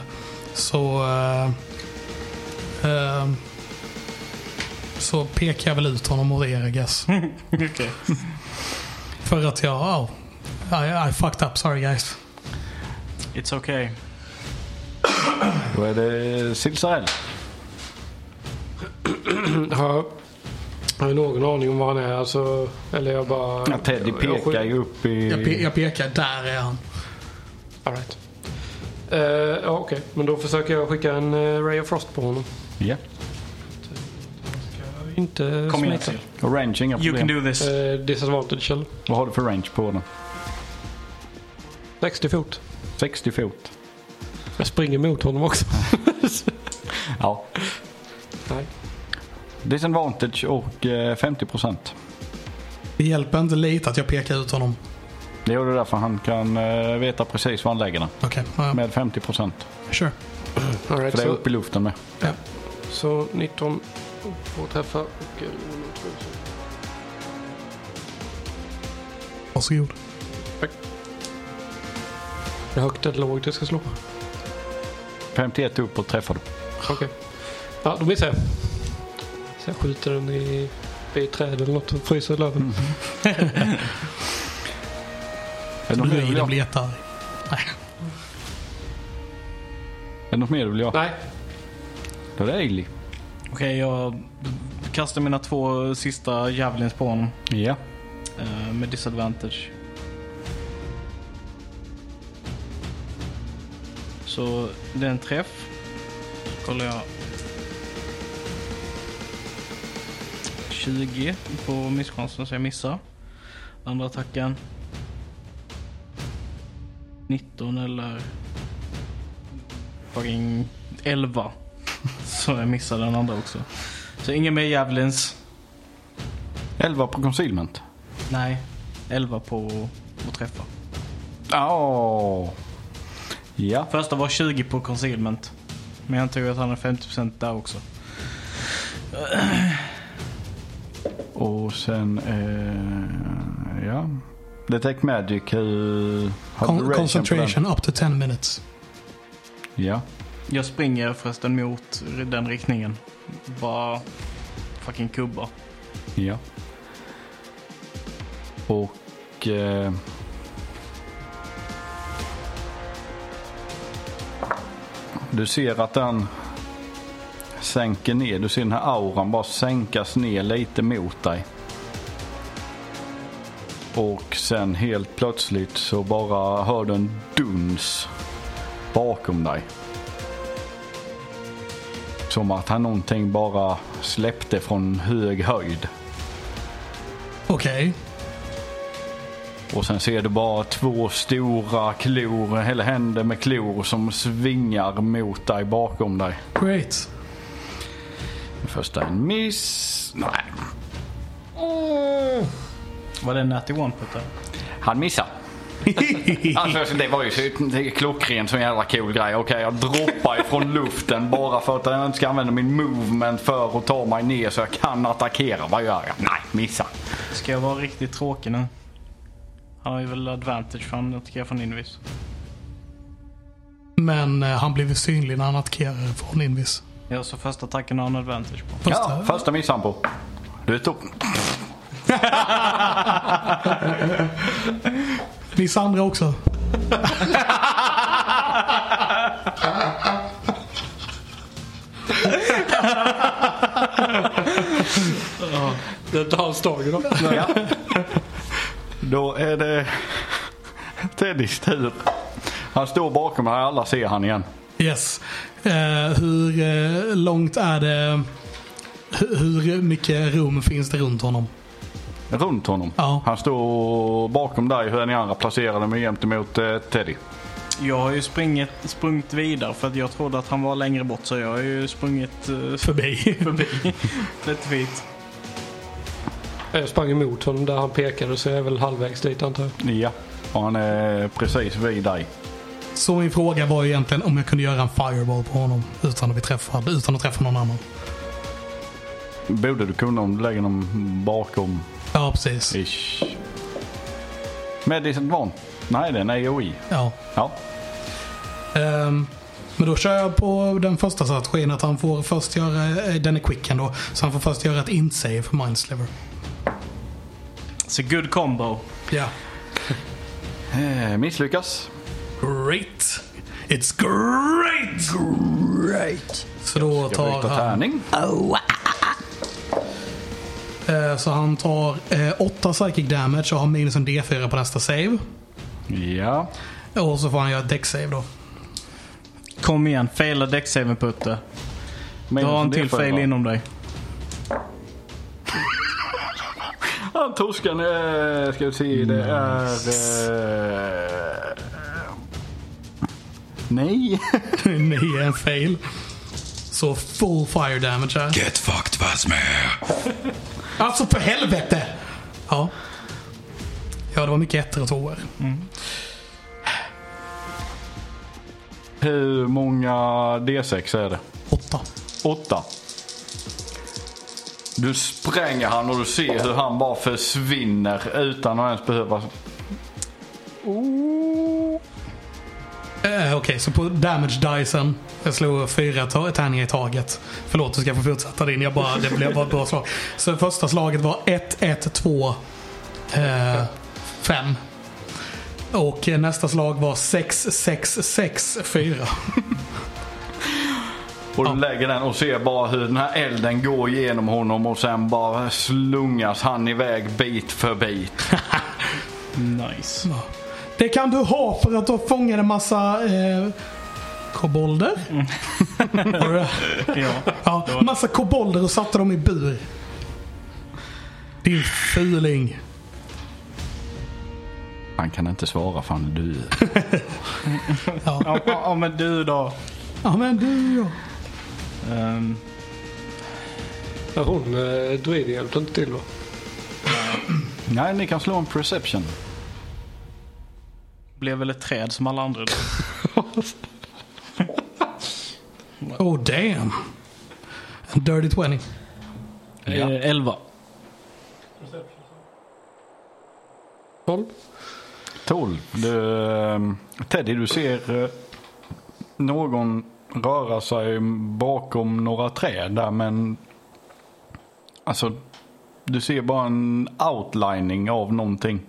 Så... eh, eh, så pekar jag väl ut honom och er I guess.
Mm.
Okej.
För att jag... Oh, I, I fucked up, sorry guys.
It's okay.
Då är det Silsarell.
Har jag- har jag någon aning om var han är? Alltså, eller jag bara...
Ja, Teddy
jag- jag
pekar
skjuter-
ju upp i...
Jag, pe- jag pekar, där är han.
All right. Eh, ja, Okej, men då försöker jag skicka en eh, Ray of Frost på honom.
Ja.
Inte
Kom igen
smita.
till.
Och range, inga
You can
problem.
do this.
Eh, disadvantage eller?
Vad har du för range på den?
60 fot.
60 fot.
Jag springer mot honom också.
Ja.
Nej.
Disadvantage och eh, 50%.
Det hjälper inte lite att jag pekar ut honom.
Det gör du därför han kan eh, veta precis var han lägger den.
Okej, ja,
Med 50%.
sure.
All right,
För det är
så,
upp i luften med.
Ja.
så 19 får träffa. Och, eh, nummer två, så-
Varsågod.
det är högt eller lågt jag ska slå.
51 upp och träffar du.
Okej. Ja, då missar jag. Så jag skjuter den i, i ett träd eller något och fryser löven.
Är det något mer du vill
Löjden
ha?
blir jättearg. Nej.
Är det något mer du vill ha?
Nej,
Då är det Ailey.
Okej, jag kastar mina två sista javelins på honom.
Ja.
eh, med disadvantage. Så det är en träff. Kollar jag. 20 på misschansen så jag missar. Andra attacken. 19 eller... Fucking 11. Så jag missar den andra också. Så ingen mer javelins.
11 på concealment.
Nej, 11 på att träffa.
Oh. Ja.
Första var 20 på concealment. Men jag antog att han har 50% där också.
Och sen... Eh, ja. Detect Magic. Hur... har du
Con-
duration på den?
concentration up to 10 minutes.
Ja.
Jag springer förresten mot den riktningen. Bara fucking kubba.
Ja. Och... Eh, du ser att den sänker ner. Du ser den här auran bara sänkas ner lite mot dig. Och sen helt plötsligt så bara hör du en duns bakom dig. Som att han någonting bara släppte från hög höjd.
Okej.
Och sen ser du bara två stora klor, eller händer med klor som svingar mot dig bakom dig.
Great.
Första är en miss. Nej,
Var det en Natty One-putt
han missar. Alltså det var ju så- det är klockrent sån jävla cool grej. Okej jag droppar ifrån luften bara för att jag inte ska använda min movement för att ta mig ner så jag kan attackera. Vad gör jag? Nej, missar.
Ska jag vara riktigt tråkig nu? Han har ju väl advantage för han attackerar från invis.
Men eh, han blev ju synlig när han attackerade från Invis.
Ja, så första attacken har han advantage på.
Första.
Ja, första missan på. Du är tom.
Miss andra också.
Det är inte hans dag idag.
Ja. Då är det Teddys tur. Han står bakom här, alla ser han igen.
Yes. Eh, hur eh, långt är det? Hur, hur mycket rum finns det runt honom?
Runt honom.
Ja.
Han står bakom dig, hur är ni andra placerade med jämt emot eh, Teddy.
Jag har ju springit, sprungit vidare för att jag trodde att han var längre bort så jag har ju sprungit eh,
Förbi.
förbi 30 feet.
Jag sprang emot honom där han pekade så jag är väl halvvägs dit antar jag.
Ja. Och han är precis vid dig.
Så min fråga var ju egentligen om jag kunde göra en fireball på honom utan att bli träffad, utan att träffa någon annan.
Borde du kunna om du lägger dem bakom
Ja, precis.
ish. Med disadvan. Nej, det är en AOE.
Ja.
Ja.
Ehm, men då kör jag på den första strategin att han får först göra, eh, den är quicken då, så han får först göra ett insave för Mindsliver.
It's a good combo.
Ja.
Eh, misslyckas.
Great! It's great! Great! Så då
Jag
tar
byter
han,
tärning.
eh, så han tar eh, 8 psychic damage och har minus en D4 på nästa save.
Ja.
Och så får han göra ett deck save då.
Kom igen, faila däcksaven Putte. Du
Minus
har en till
D4.
fail inom dig.
Ja, torskan eh, ska vi se, det är... Eh, nej.
Nej, en fail. Så full fire damage här.
Get fucked Vasmer.
Alltså för helvete! Ja. Ja, det var mycket ettor och tvåor.
Hur många D6 är det?
Åtta.
Åtta. Du spränger han och du ser hur han bara försvinner utan att ens behöva...
Eh, Okej, så på damage dicen. Jag slog fyra ta- tärningar i taget. Förlåt, du ska få fortsätta din. Jag bara, det blev bara ett bra slag. Så första slaget var 1, 1, 2, 5. Eh, Och eh, nästa slag var 6, 6, 6, 4.
Och du lägger den och ser bara hur den här elden går igenom honom och sen bara slungas han iväg bit för bit.
Nice.
Det kan du ha för att du fångade en massa eh, kobolder. Har du det?
Ja.
Ja, massa kobolder och satte dem i bur. Din fuling.
Han kan inte svara för han dör.
Ja, ja, ja, men du då.
Ja men du ja.
Ehm,
Ja, Hon, eh, druiden hjälpte inte till va?
Nej, ni kan slå en perception.
blev väl ett träd som alla andra. då.
Oh damn. En dirty 20.
Ja.
Eh, 11.
12?
12. Du, ehm, Teddy, du ser eh, någon röra sig bakom några träd där men alltså du ser bara en outlining av någonting.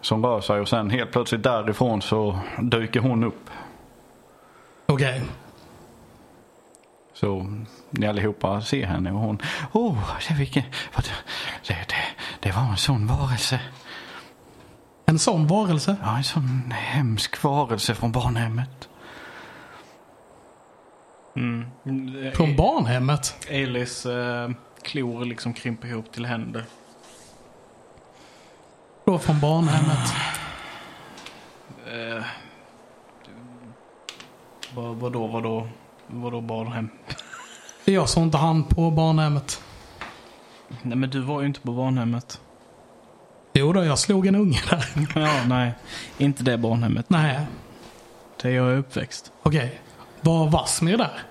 Som rör sig och sen helt plötsligt därifrån så dyker hon upp.
Okej.
Så ni allihopa ser henne och hon. Oh, se vilken. Vad, det, det, det var en sån varelse.
En sån varelse.
Ja, en sån hemsk varelse från barnhemmet.
Från barnhemmet.
Mm. E- Elis ehm, klor liksom krymper ihop till händer.
Då från barnhemmet.
Eh, vad, vadå, vadå, vadå barnhem?
Jag såg inte han på barnhemmet.
Nej men du var ju inte på barnhemmet.
Jo då, jag slog en unge där.
Ja, nej. Inte det barnhemmet.
Nej,
Där jag är uppväxt.
okej. Var Vasmir där?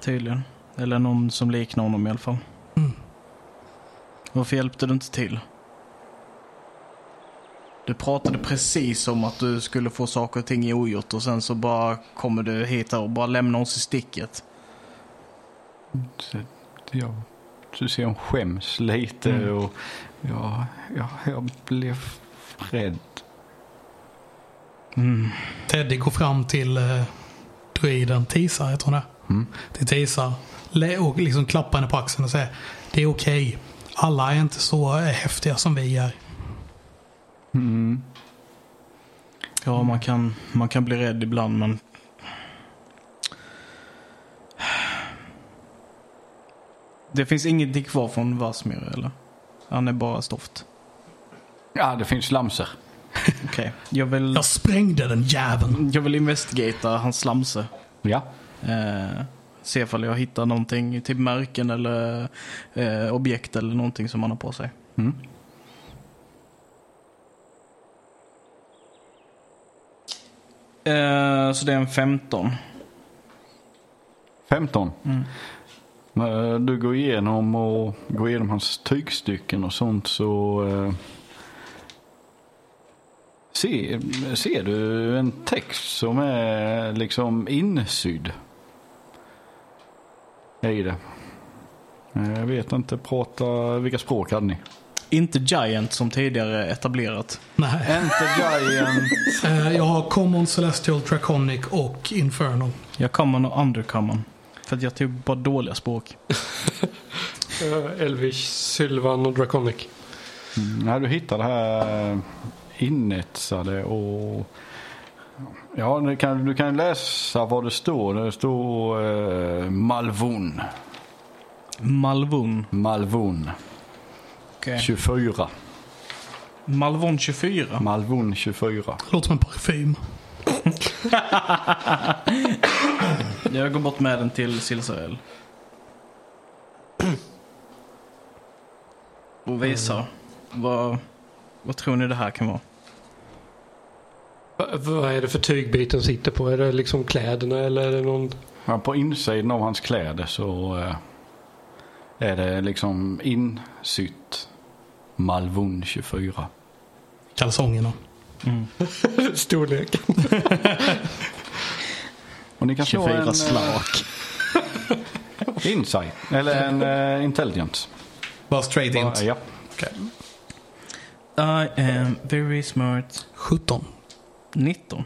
Tydligen. Eller någon som liknar honom i alla fall. Mm. Varför hjälpte du inte till? Du pratade precis om att du skulle få saker och ting ogjort och sen så bara kommer du hit här och bara lämnar oss i sticket.
Så, ja, eh, du ser hon skäms lite och ja, ja, jag blev rädd.
Teddy går fram till eh, druiden Tisa, heter hon det? Till Tisa. Le- och liksom klappar henne på axeln och säger Det är okej. Alla är inte så eh, häftiga som vi är.
Ja, man kan, man kan bli rädd ibland men... Det finns ingenting kvar från Vasmir eller? Han är bara stoft.
Ja, det finns lamser.
Okej, jag vill...
Jag sprängde den jäveln.
Jag vill investigata hans slamse.
Ja.
Eh, se ifall jag hittar någonting, typ märken eller eh, objekt eller någonting som han har på sig.
Mm.
Eh, så det är en 15.
15. När du går igenom och går igenom hans tygstycken och sånt så eh, se, ser du en text som är liksom insydd i det. Eh, Jag vet inte, prata, vilka språk hade ni?
Inte Giant som tidigare etablerat.
Nej.
Inte Giant.
Eh, jag har Common, Celestial, Draconic och Inferno.
Jag common och undercommon. För att jag tog bara dåliga språk.
Eh, Elvish, Sylvan och Draconic.
När du hittar det här eh, inetsade och... Ja, du kan, du kan läsa vad det står. Det står eh, Malvon.
Malvon.
Malvon
Okay.
24.
Malvon 24.
Malvon 24.
Låter som en parfym.
Jag går bort med den till Silsael. Och visar. Vad, vad tror ni det här kan vara?
Va- Vad är det för tygbit den sitter på? Är det liksom kläderna eller är det någon...
Ja, på insidan av hans kläder så eh, är det liksom insytt Malvon 24.
Kalsongerna.
Storlek.
Och ni kan slå en eh, insight. Eller en eh, intelligence.
Bara straight
Bara,
in.
ja.
I am very smart.
17.
19.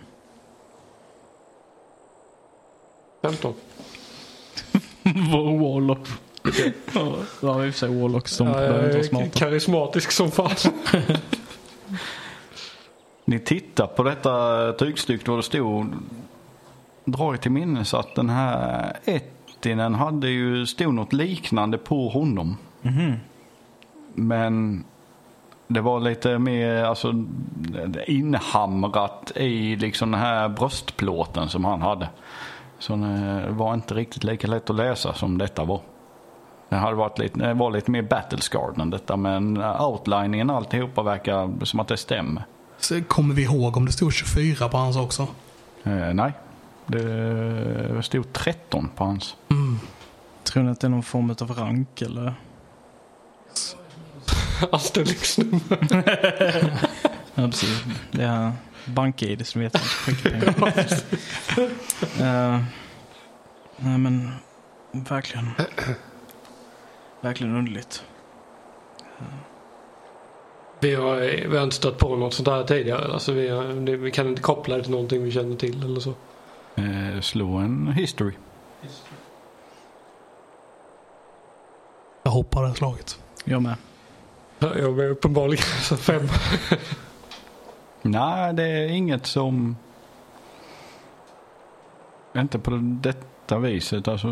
15.
Vår Warlock. ja, i och för sig Warlocks. De behöver inte vara
Jag är
smarta.
karismatisk som fan.
Ni tittar på detta tygstycke där det stod. Dra er till minnes att den här ettinen hade ju stod något liknande på honom. Men det var lite mer alltså, inhamrat i liksom den här bröstplåten som han hade. Så det var inte riktigt lika lätt att läsa som detta var. Den hade varit lite, det var lite mer battlescarred än detta men outliningen alltihopa verkar som att det stämmer.
Så kommer vi ihåg om det stod 24 på hans också?
Eh, nej. Det stod 13 på hans.
Tror ni att det är någon form av rank eller?
Anställningsnummer.
Ja, precis. Det är BankID som vet att man skickar pengar. Eh, nej, men verkligen. Verkligen underligt.
Vi har, vi har inte stött på något sånt här tidigare. Alltså vi, har, det- vi kan inte koppla det till någonting vi känner till eller så.
Eh, slå en history.
ihop av det här slaget.
Jag med.
Ja, Jag var uppenbarligen så fem.
Nej, det är inget som... Inte på detta viset. Alltså,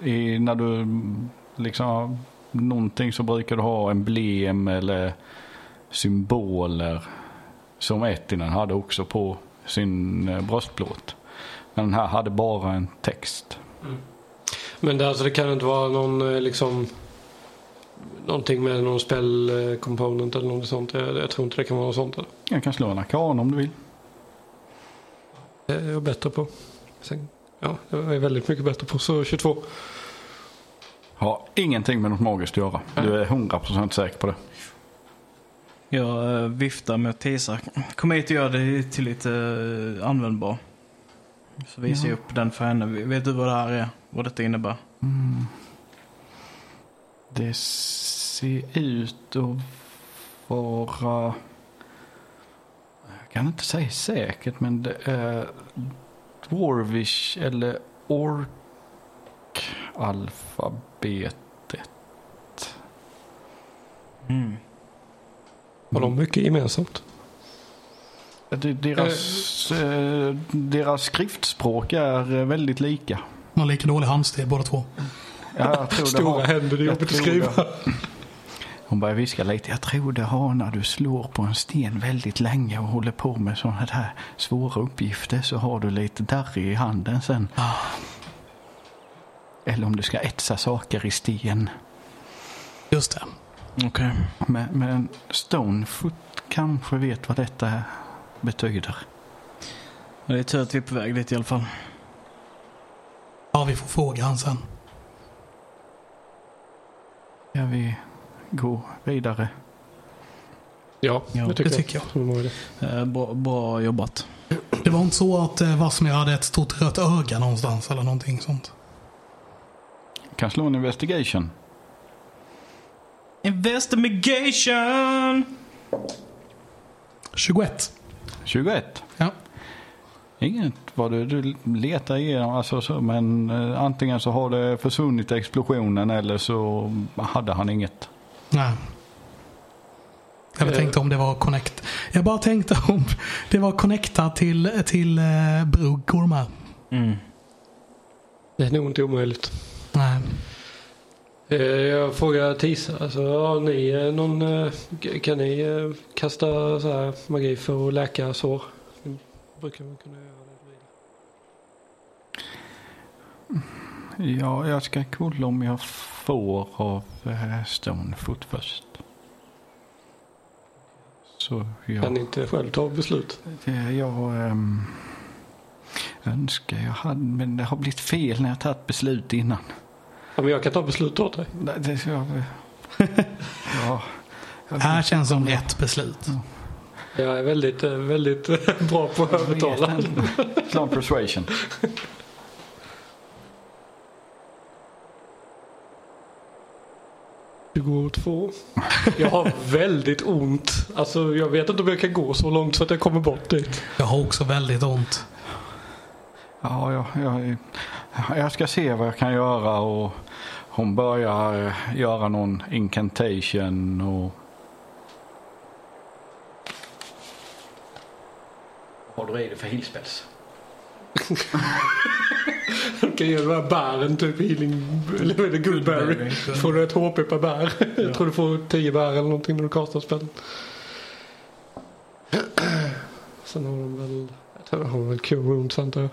i, när du liksom har någonting så brukar du ha emblem eller symboler. Som Ettinen hade också på sin eh, bröstplåt. Men den här hade bara en text.
Men det, alltså, det kan inte vara någon eh, liksom Någonting med någon spell eh, component eller något sånt. Jag, jag tror inte det kan vara något sånt. Eller?
Jag kan slå en arkan om du vill.
Det är jag bättre på. Sen, ja, jag är väldigt mycket bättre på så 22.
Har ingenting med något magiskt att göra. Du är 100% säker på det.
Jag eh, viftar med Tisa. Kom hit och gör det till lite eh, användbar. Så visar jag upp den för henne. Vet du vad det här är? Vad detta innebär?
Mm. Det ser ut att vara... Jag kan inte säga säkert, men det är Dwarvish eller Ork-alfabetet.
Mm.
Har de mycket gemensamt?
Det- Deras, eh, deras skriftspråk är eh, väldigt lika.
Man har lika dålig handstil båda två.
Ja, jag tror det
Stora
har-
händer, det är
jag
jobbigt att
tror det-
skriva.
Hon börjar viska lite. Jag tror det har när du slår på en sten väldigt länge och håller på med sådana här svåra uppgifter så har du lite darrig i handen sen. Eller om du ska etsa saker i sten.
Just det.
Okej.
Men, men Stonefoot kanske vet vad detta betyder.
Det är tur att vi är på väg dit i alla fall.
Ja, vi får fråga han sen.
Ska vi gå vidare?
Ja,
Ja,
det tycker
det
jag.
tycker jag.
Som de har det.
Eh, Bra, bra jobbat.
Det var inte så att eh, Vasmir hade ett stort rött öga någonstans eller någonting sånt?
Kan slå en investigation.
Investigation!
21.
21.
Ja.
Inget vad du, du letar igenom. Alltså, så, men eh, antingen så har det försvunnit i explosionen eller så hade han inget.
Nej. Jag bara
Eh.
tänkte om det var connect. Jag bara tänkte om det var connectat till, till eh, Brugg och de här.
Mm.
Det är nog inte omöjligt.
Nej.
Eh, Jag frågar Tisa. Alltså, har ni eh, någon, eh, g- kan ni eh, kasta så här magi för att läka sår? Mm, Brukar man kunna göra det?
Ja, jag ska kolla om jag får av eh, Stonefoot först. Så
Kan
jag,
ni inte själv ta beslut?
eh, jag ehm, önskar jag hade, men det har blivit fel när jag tagit beslut innan.
Ja, men jag kan ta beslut åt dig.
Nej, Det, så jag, ja, jag,
Här känns som rätt beslut.
Jag är väldigt, eh, väldigt bra på att
jag
övertala.
vet inte. Slå en persuasion.
Du går två. Jag har väldigt ont. Alltså, jag vet inte om jag kan gå så långt så att jag kommer bort dit.
Jag har också väldigt ont.
Ja, jag, jag, jag ska se vad jag kan göra och hon börjar eh, göra någon incantation och...
Vad har du i det för hillspels?
Du kan ge de här bären, typ healing, eller vad är det, goodberry. Får du ett HP per bär. Jag tror du får 10 bär eller någonting när du kastar spel. Sen har de väl, jag tror de har väl cure wounds antar jag.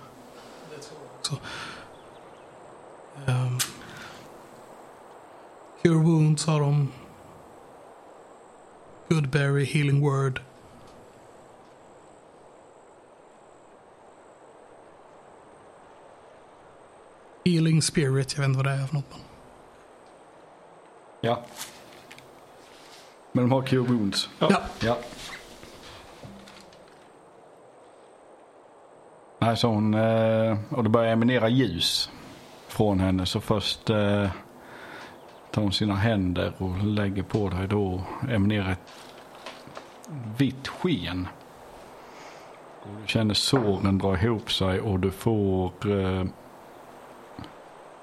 Ehm, Cure Wounds har de. Goodberry, Healing Word. Healing Spirit, jag vet inte vad det är för något.
Ja. Men de har cure wounds.
Ja.
Ja. Nej, så hon... eh, Och det börjar emanera ljus från henne. Så först eh, tar hon sina händer och lägger på dig. Då emanerar ett vitt sken. Och Du känner såren dra ihop sig och du får eh,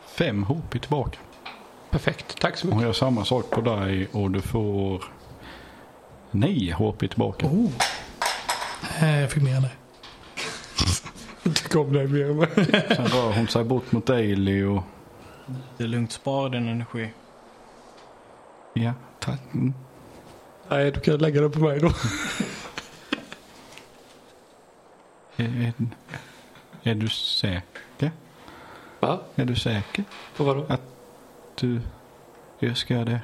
fem HP tillbaka.
Perfekt, tack så mycket.
Hon gör samma sak på dig och du får 9 HP tillbaka.
Oh. Eh, Jag fick med det.
Jag tycker om dig mer än mig.
Sen rör hon sig bort mot Ailey och...
Det är lugnt, spara din energi.
Ja, tack. Mm.
Nej, du kan lägga det på mig då.
Är, är, är du säker?
Va?
Är du säker
Och vadå?
att du... Jag ska göra det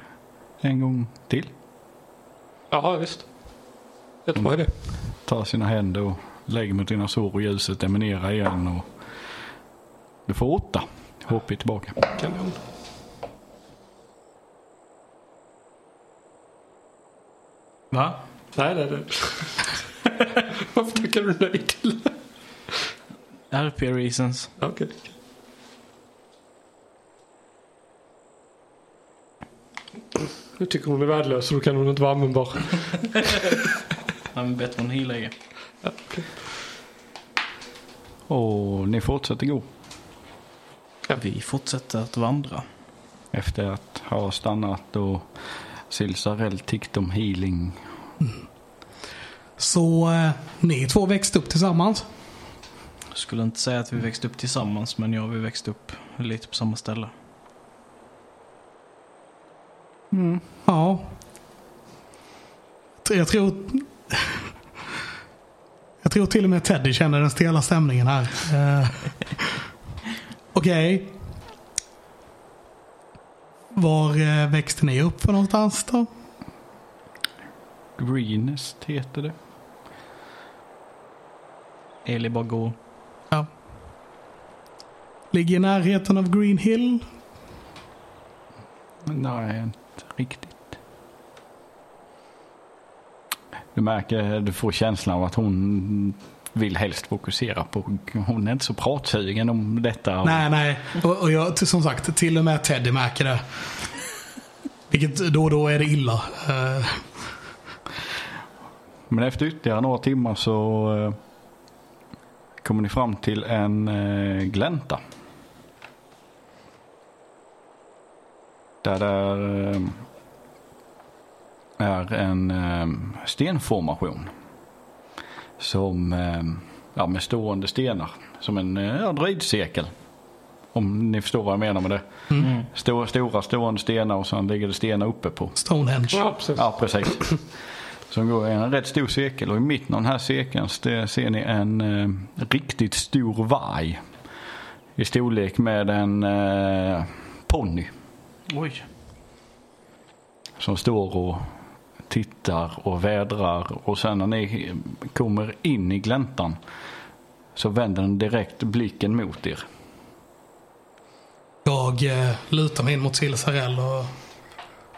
en gång till.
Ja, visst. Jag tror det.
tar sina händer och lägger mot dina sår och ljuset eminerar igen. Och du får åtta HP tillbaka.
Kanon.
Va?
Nej, nej, nej. Varför tackar du nej till?
RP reasons.
Okej. Nu tycker hon är värdelös så då kan hon inte vara användbar.
Han är bättre än healer.
Och ni fortsätter gå.
Vi fortsätter att vandra.
Efter att ha stannat och Silsarell tyckte om healing.
Så eh, ni två växte upp tillsammans.
Jag skulle inte säga att vi växte upp tillsammans, men ja, vi växte upp lite på samma ställe.
Ja. Jag tror... Jag tror till och med Teddy känner den stela stämningen här. Eh, Okej. Var eh, växte ni upp för någonstans då?
Greenest heter det.
Eli bara går.
Ja. Ligger i närheten av Green Hill?
Men Nej, inte riktigt. Du märker, du får känslan av att hon vill helst fokusera på, hon är inte så pratsugen om detta. och-
Nej, nej. Och, och jag, som sagt, till och med Teddy märker det. Vilket då och då är det illa. Eh,
Men efter ytterligare några timmar så eh, kommer ni fram till en eh, glänta. Där det eh, är en eh, stenformation. Som eh, ja, med stående stenar. Som en eh, ja, dröjdcirkel. Om ni förstår vad jag menar med det. Stora, stora stående stenar och sen ligger det stenar uppe på.
Stonehenge.
Ja, precis.
Ja, precis. Som går i en rätt stor cirkel och i mitten av den här cirkeln st- ser ni en eh, riktigt stor varg. I storlek med en eh, ponny
Oj.
som står och tittar och vädrar och sen när ni kommer in i gläntan så vänder den direkt blicken mot er.
Jag eh, lutar mig in mot Silsarell och,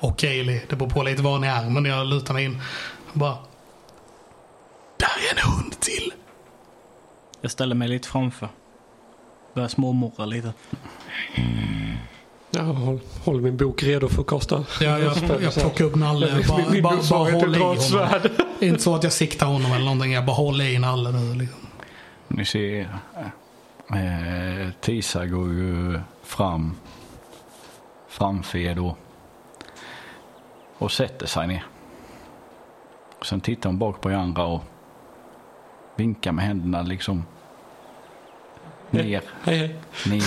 och Ailey. Det beror på lite var ni är, men jag lutar mig in. Bara... Där är en hund till.
Jag ställer mig lite framför. Börjar småmorra lite.
Ja, håll, håll min bok redo för att kasta.
Jag, jag, jag plockar upp
Min-
Nalle. Bara,
min
bara,
brorsa har
bara
inte
håll i
dra ett
honom.
svärd.
Det är inte så att jag siktar honom eller någonting. Jag bara håller i Nalle nu. Liksom.
Ni ser eh, Tisa går ju fram framför er då och sätter sig ner. Och sen tittar hon bak på er andra och vinkar med händerna liksom ner,
Hej, hej.
ner.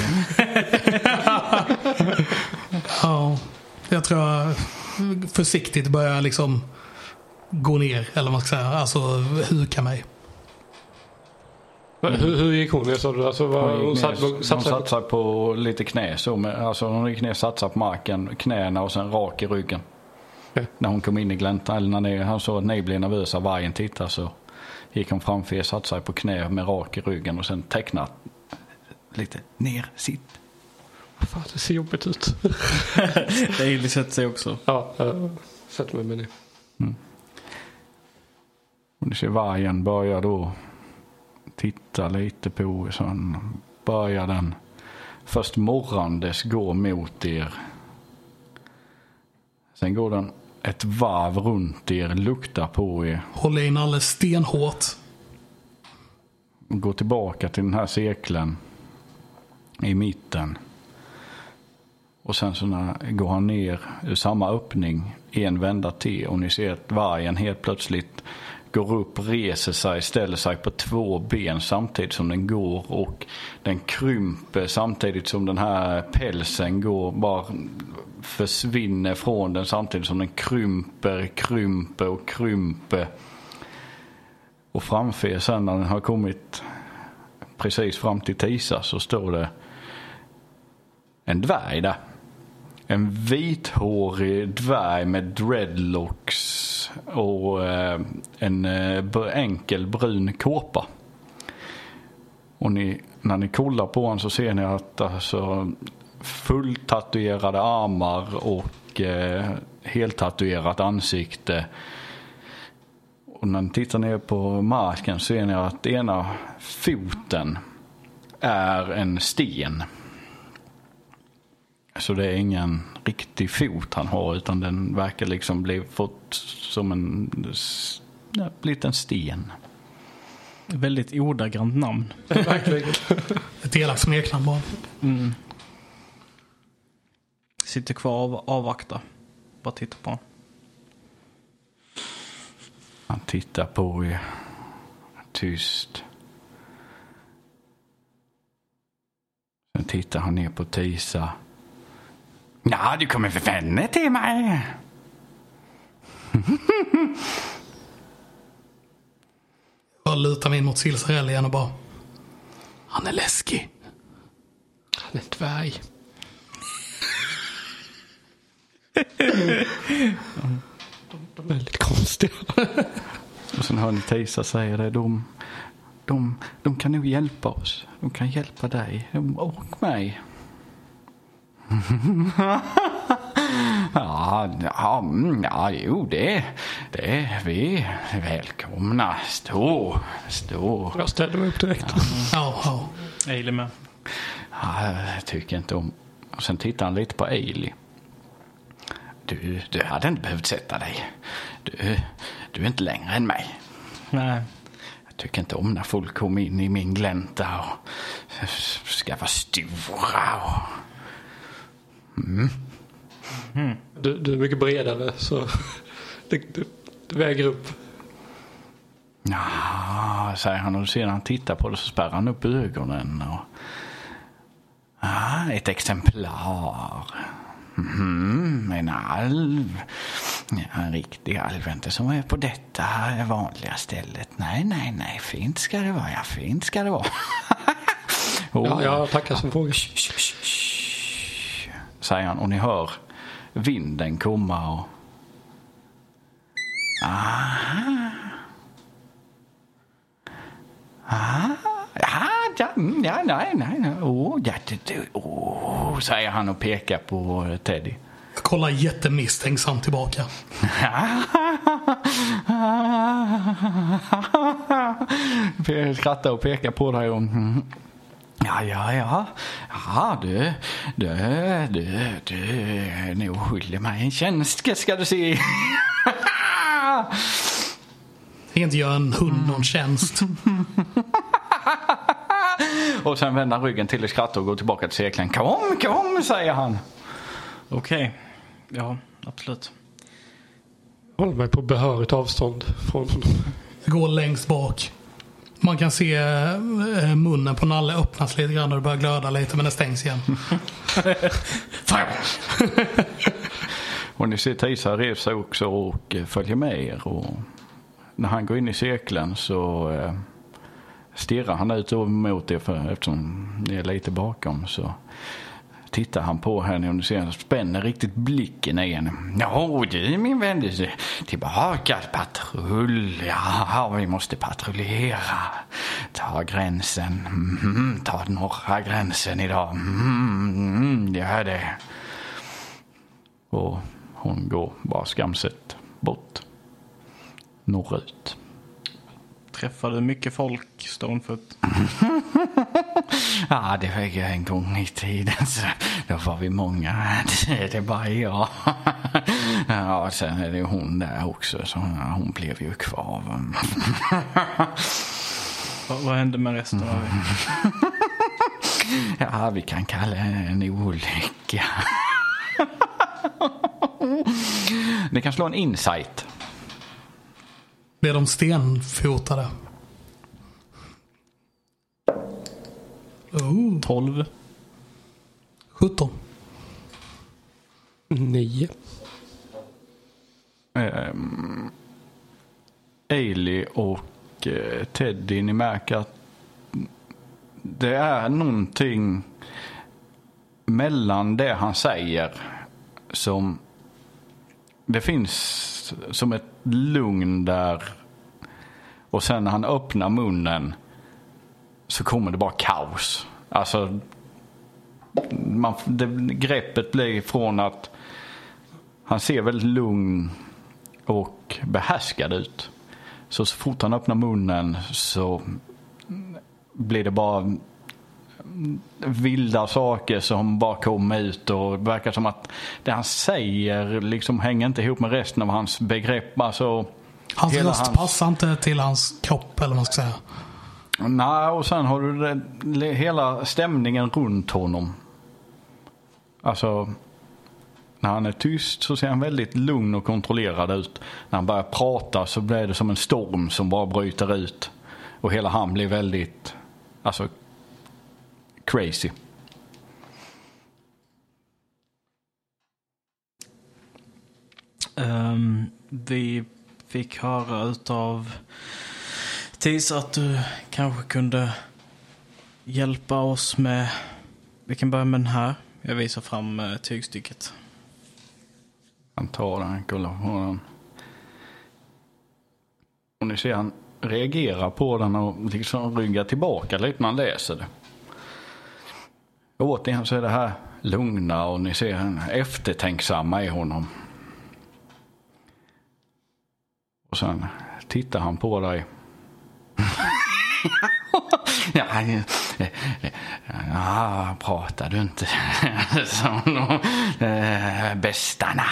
Ja, jag tror jag försiktigt börjar liksom gå ner. Eller vad man ska säga. Alltså huka mig.
Va, Hur, hur gick hon ner sa du? Alltså, var, hon
Hon
satt,
satsar,
satt, satt,
satsar på lite knä så, men alltså hon gick ner, satsar på marken, knäna och sen rak i ryggen.
Okej.
När hon kom in i gläntan, eller när ni, han såg att ni blev nervösa, vargen tittade så gick hon framför er, satsade på knä med rak i ryggen och sen tecknat lite ner, sitt.
Fan, det ser jobbigt ut.
Eli sätter sig också.
ja, äh, sätt mig med ner.
Och ni ser vargen börjar då titta lite på er, sen börjar den först morrandes gå mot er. Sen går den ett varv runt er, luktar på er
Håller i Nalle stenhårt.
och går tillbaka till den här cirkeln i mitten. Och sen så när, går han ner ur samma öppning en vända till och ni ser att vargen helt plötsligt går upp, reser sig, ställer sig på två ben samtidigt som den går och den krymper samtidigt som den här pälsen går bara försvinner från den samtidigt som den krymper, krymper och krymper. Och framför er sen när den har kommit precis fram till Tisa så står det en dvärg där. En vithårig dvärg med dreadlocks och eh, en eh, br- enkel brun kåpa. Och ni, när ni kollar på honom så ser ni att alltså, fulltatuerade armar och eh, heltatuerat ansikte. Och när ni tittar ner på marken så ser ni att ena foten är en sten. Så det är ingen riktig fot han har utan den verkar liksom bli fått som en s- ja, liten sten.
Väldigt ordagrant namn.
Verkligen.
Ett elakt smeknamn bara.
Sitter kvar och avvaktar. Bara tittar på honom.
Han tittar på er. Tyst. Sen tittar han ner på Tisa. Ja, du kommer för vänner till mig.
Jag lutar mig in mot Silsarell igen och bara. Han är läskig.
Han är dvärg. De är väldigt konstiga.
Och sen hör ni Tisa säga det. De, de, de kan nog hjälpa oss. De kan hjälpa dig de, och mig. ja, ja, mm, ja, jo det, det är vi. Välkomna. Stå, stå.
Jag ställde mig upp direkt.
Ja, ja.
Jag gillar med.
Ja, jag tycker inte om. Och sen tittar han lite på Ailey. Du, du hade inte behövt sätta dig. Du, du är inte längre än mig.
Nej.
Jag tycker inte om när folk kommer in i min glänta och ska vara stora och...
Du, du är mycket bredare så det, det, det väger upp.
Ja, säger han och sedan han tittar på det så spärrar han upp ögonen och... Ah, ett exemplar. Mhm, en alv. Ja, en riktig alv, inte som är på detta vanliga stället. Nej, nej, nej, fint ska det vara, ja, fint ska det vara. oh.
Ja, jag tackar som frågar.
säger han och ni hör vinden komma och... Aha. Aha. Ja, ja, mm, ja, nej, nej, nej. Åh, ja, det, det, åh, säger han och pekar på Teddy.
Jag kollar jättemisstänksamt tillbaka.
Pe- Skrattar och pekar på dig och mm. Ja, ja, ja. Ja, du, du, du, du. Nu skyller mig en tjänst ska du se.
Jag kan inte göra en hund
Mm.
någon tjänst.
Och sen vänder han ryggen till och skrattar och går tillbaka till cirkeln. Kom, kom, säger han.
Okej. Ja, absolut.
Håll mig på behörigt avstånd från honom.
Går längst bak. Man kan se eh, munnen på Nalle öppnas lite grann och det börjar glöda lite men den stängs igen.
Och ni ser Tisa reser sig också och eh, följer med er. Och när han går in i cirkeln så eh, stirrar han ut mot er för, eftersom ni är lite bakom. Så tittar han på henne och ni ser han spänner riktigt blicken i henne. Ja, du min vän, du, tillbaka patrull. Ja, vi måste patrullera. Ta gränsen. Mm, ta norra gränsen idag. Mm, gör det. Och hon går bara skamset bort. Norrut.
Träffade mycket folk, Stonefoot.
Ja, det var ju en gång i tiden så då var vi många. Det är bara jag. Ja, och sen är det ju hon där också så hon hon blev ju kvar.
Vad, vad hände med resten av er?
Ja, vi kan kalla henne en olycka. Ni kan slå en insight.
Blir de stenfotade? Oh,
12.
17.
Nio.
Ehm, Ailey och eh, Teddy, ni märker att det är någonting mellan det han säger som det finns som ett lugn där och sen när han öppnar munnen så kommer det bara kaos. Alltså, man, det, greppet blir från att han ser väldigt lugn och behärskad ut. Så, så fort han öppnar munnen så blir det bara vilda saker som bara kommer ut och verkar som att det han säger liksom hänger inte ihop med resten av hans begrepp. Alltså,
Hans
hela
röst
hans-
passar inte till hans kropp eller vad man ska säga.
Nej, och sen har du det, hela stämningen runt honom. Alltså, när han är tyst så ser han väldigt lugn och kontrollerad ut. När han börjar prata så blir det som en storm som bara bryter ut. Och hela han blir väldigt, alltså, crazy.
Ehm, vi fick höra utav Tis att du kanske kunde hjälpa oss med... Vi kan börja med den här. Jag visar fram eh, tygstycket.
Han tar den, han kollar på den. Och ni ser han reagerar på den och liksom ryggar tillbaka lite när han läser det. Och återigen så är det här lugna och ni ser en eftertänksamma i honom. Och sen tittar han på dig. Ja, han- ja, pratar du inte som de eh, bästarna?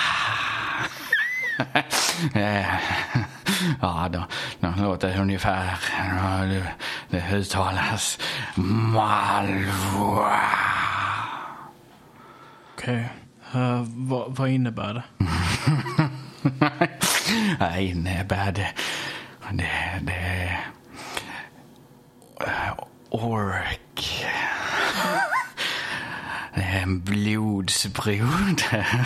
Eh, Ja, de, de låter ungefär... ja, det- Det uttalas Malwa.
Okej. Eh, vad, vad innebär det?
Vad innebär det? Det... det eh, ork. Det är en blodsbroder.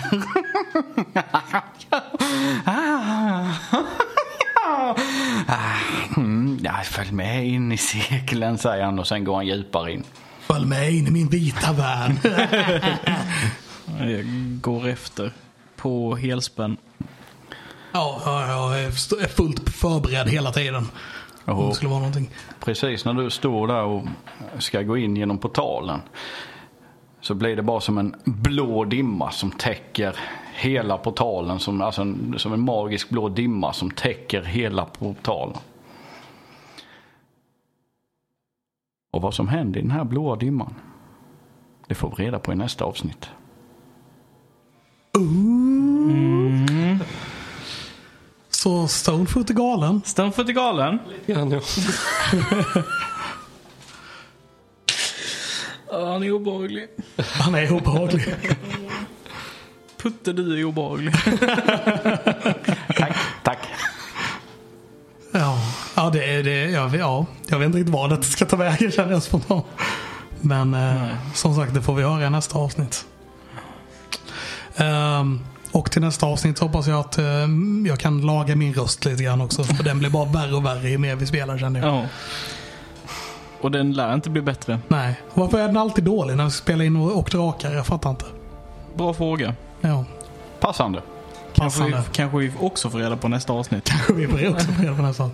Mm, ja, Följ med in i cirkeln, säger han och sen går han djupare in.
Följ med in i min vita värld.
Jag går efter på helspänn.
ja, ja, jag är st- är fullt förberedd hela tiden. Om det skulle vara någonting.
Precis när du står där och ska gå in genom portalen så blir det bara som en blå dimma som täcker hela portalen. Som, alltså en, som en magisk blå dimma som täcker hela portalen. Och vad som händer i den här blåa dimman, det får vi reda på i nästa avsnitt.
Så Stonefoot är galen.
Stanford är galen.
Ja, ja.
han är obehaglig.
Han är obehaglig.
Putte, du är obehaglig.
Tack, tack.
Ja, ja, det är det. Jag, vet- ja, jag vet inte riktigt vad det ska ta vägen känner jag spontant. Men eh, som sagt, det får vi höra i nästa avsnitt. Ehm, och till nästa avsnitt hoppas jag att eh, jag kan laga min röst lite grann också. För den blir bara värre och värre ju mer vi spelar känner jag.
Ja. Och den lär inte bli bättre.
Nej. Varför är den alltid dålig när vi spelar in och, och drakar? Jag fattar inte.
Bra fråga.
Ja,
Passande.
Kanske vi,
passande.
kanske vi också får reda på nästa avsnitt.
Vi blir också med på nästan.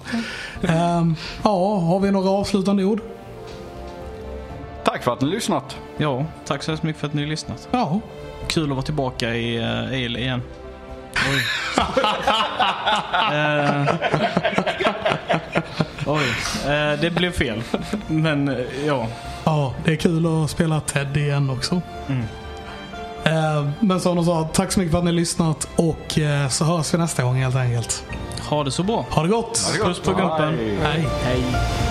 Ehm, ja, har vi några avslutande ord?
Tack för att ni har lyssnat.
Ja, tack så hemskt mycket för att ni har lyssnat.
Ja.
Kul att vara tillbaka i uh, el igen. Oj. Eh, oj, Eh, det blev fel. Men eh, ja,
Ja, det är kul att spela Ted igen också.
Mm.
Eh, Men som de sa, tack så mycket för att ni har lyssnat och eh, så hörs vi nästa gång helt enkelt.
ha det så bra.
Ha det gott!
Puss på gumpen.
Hej!
Hej.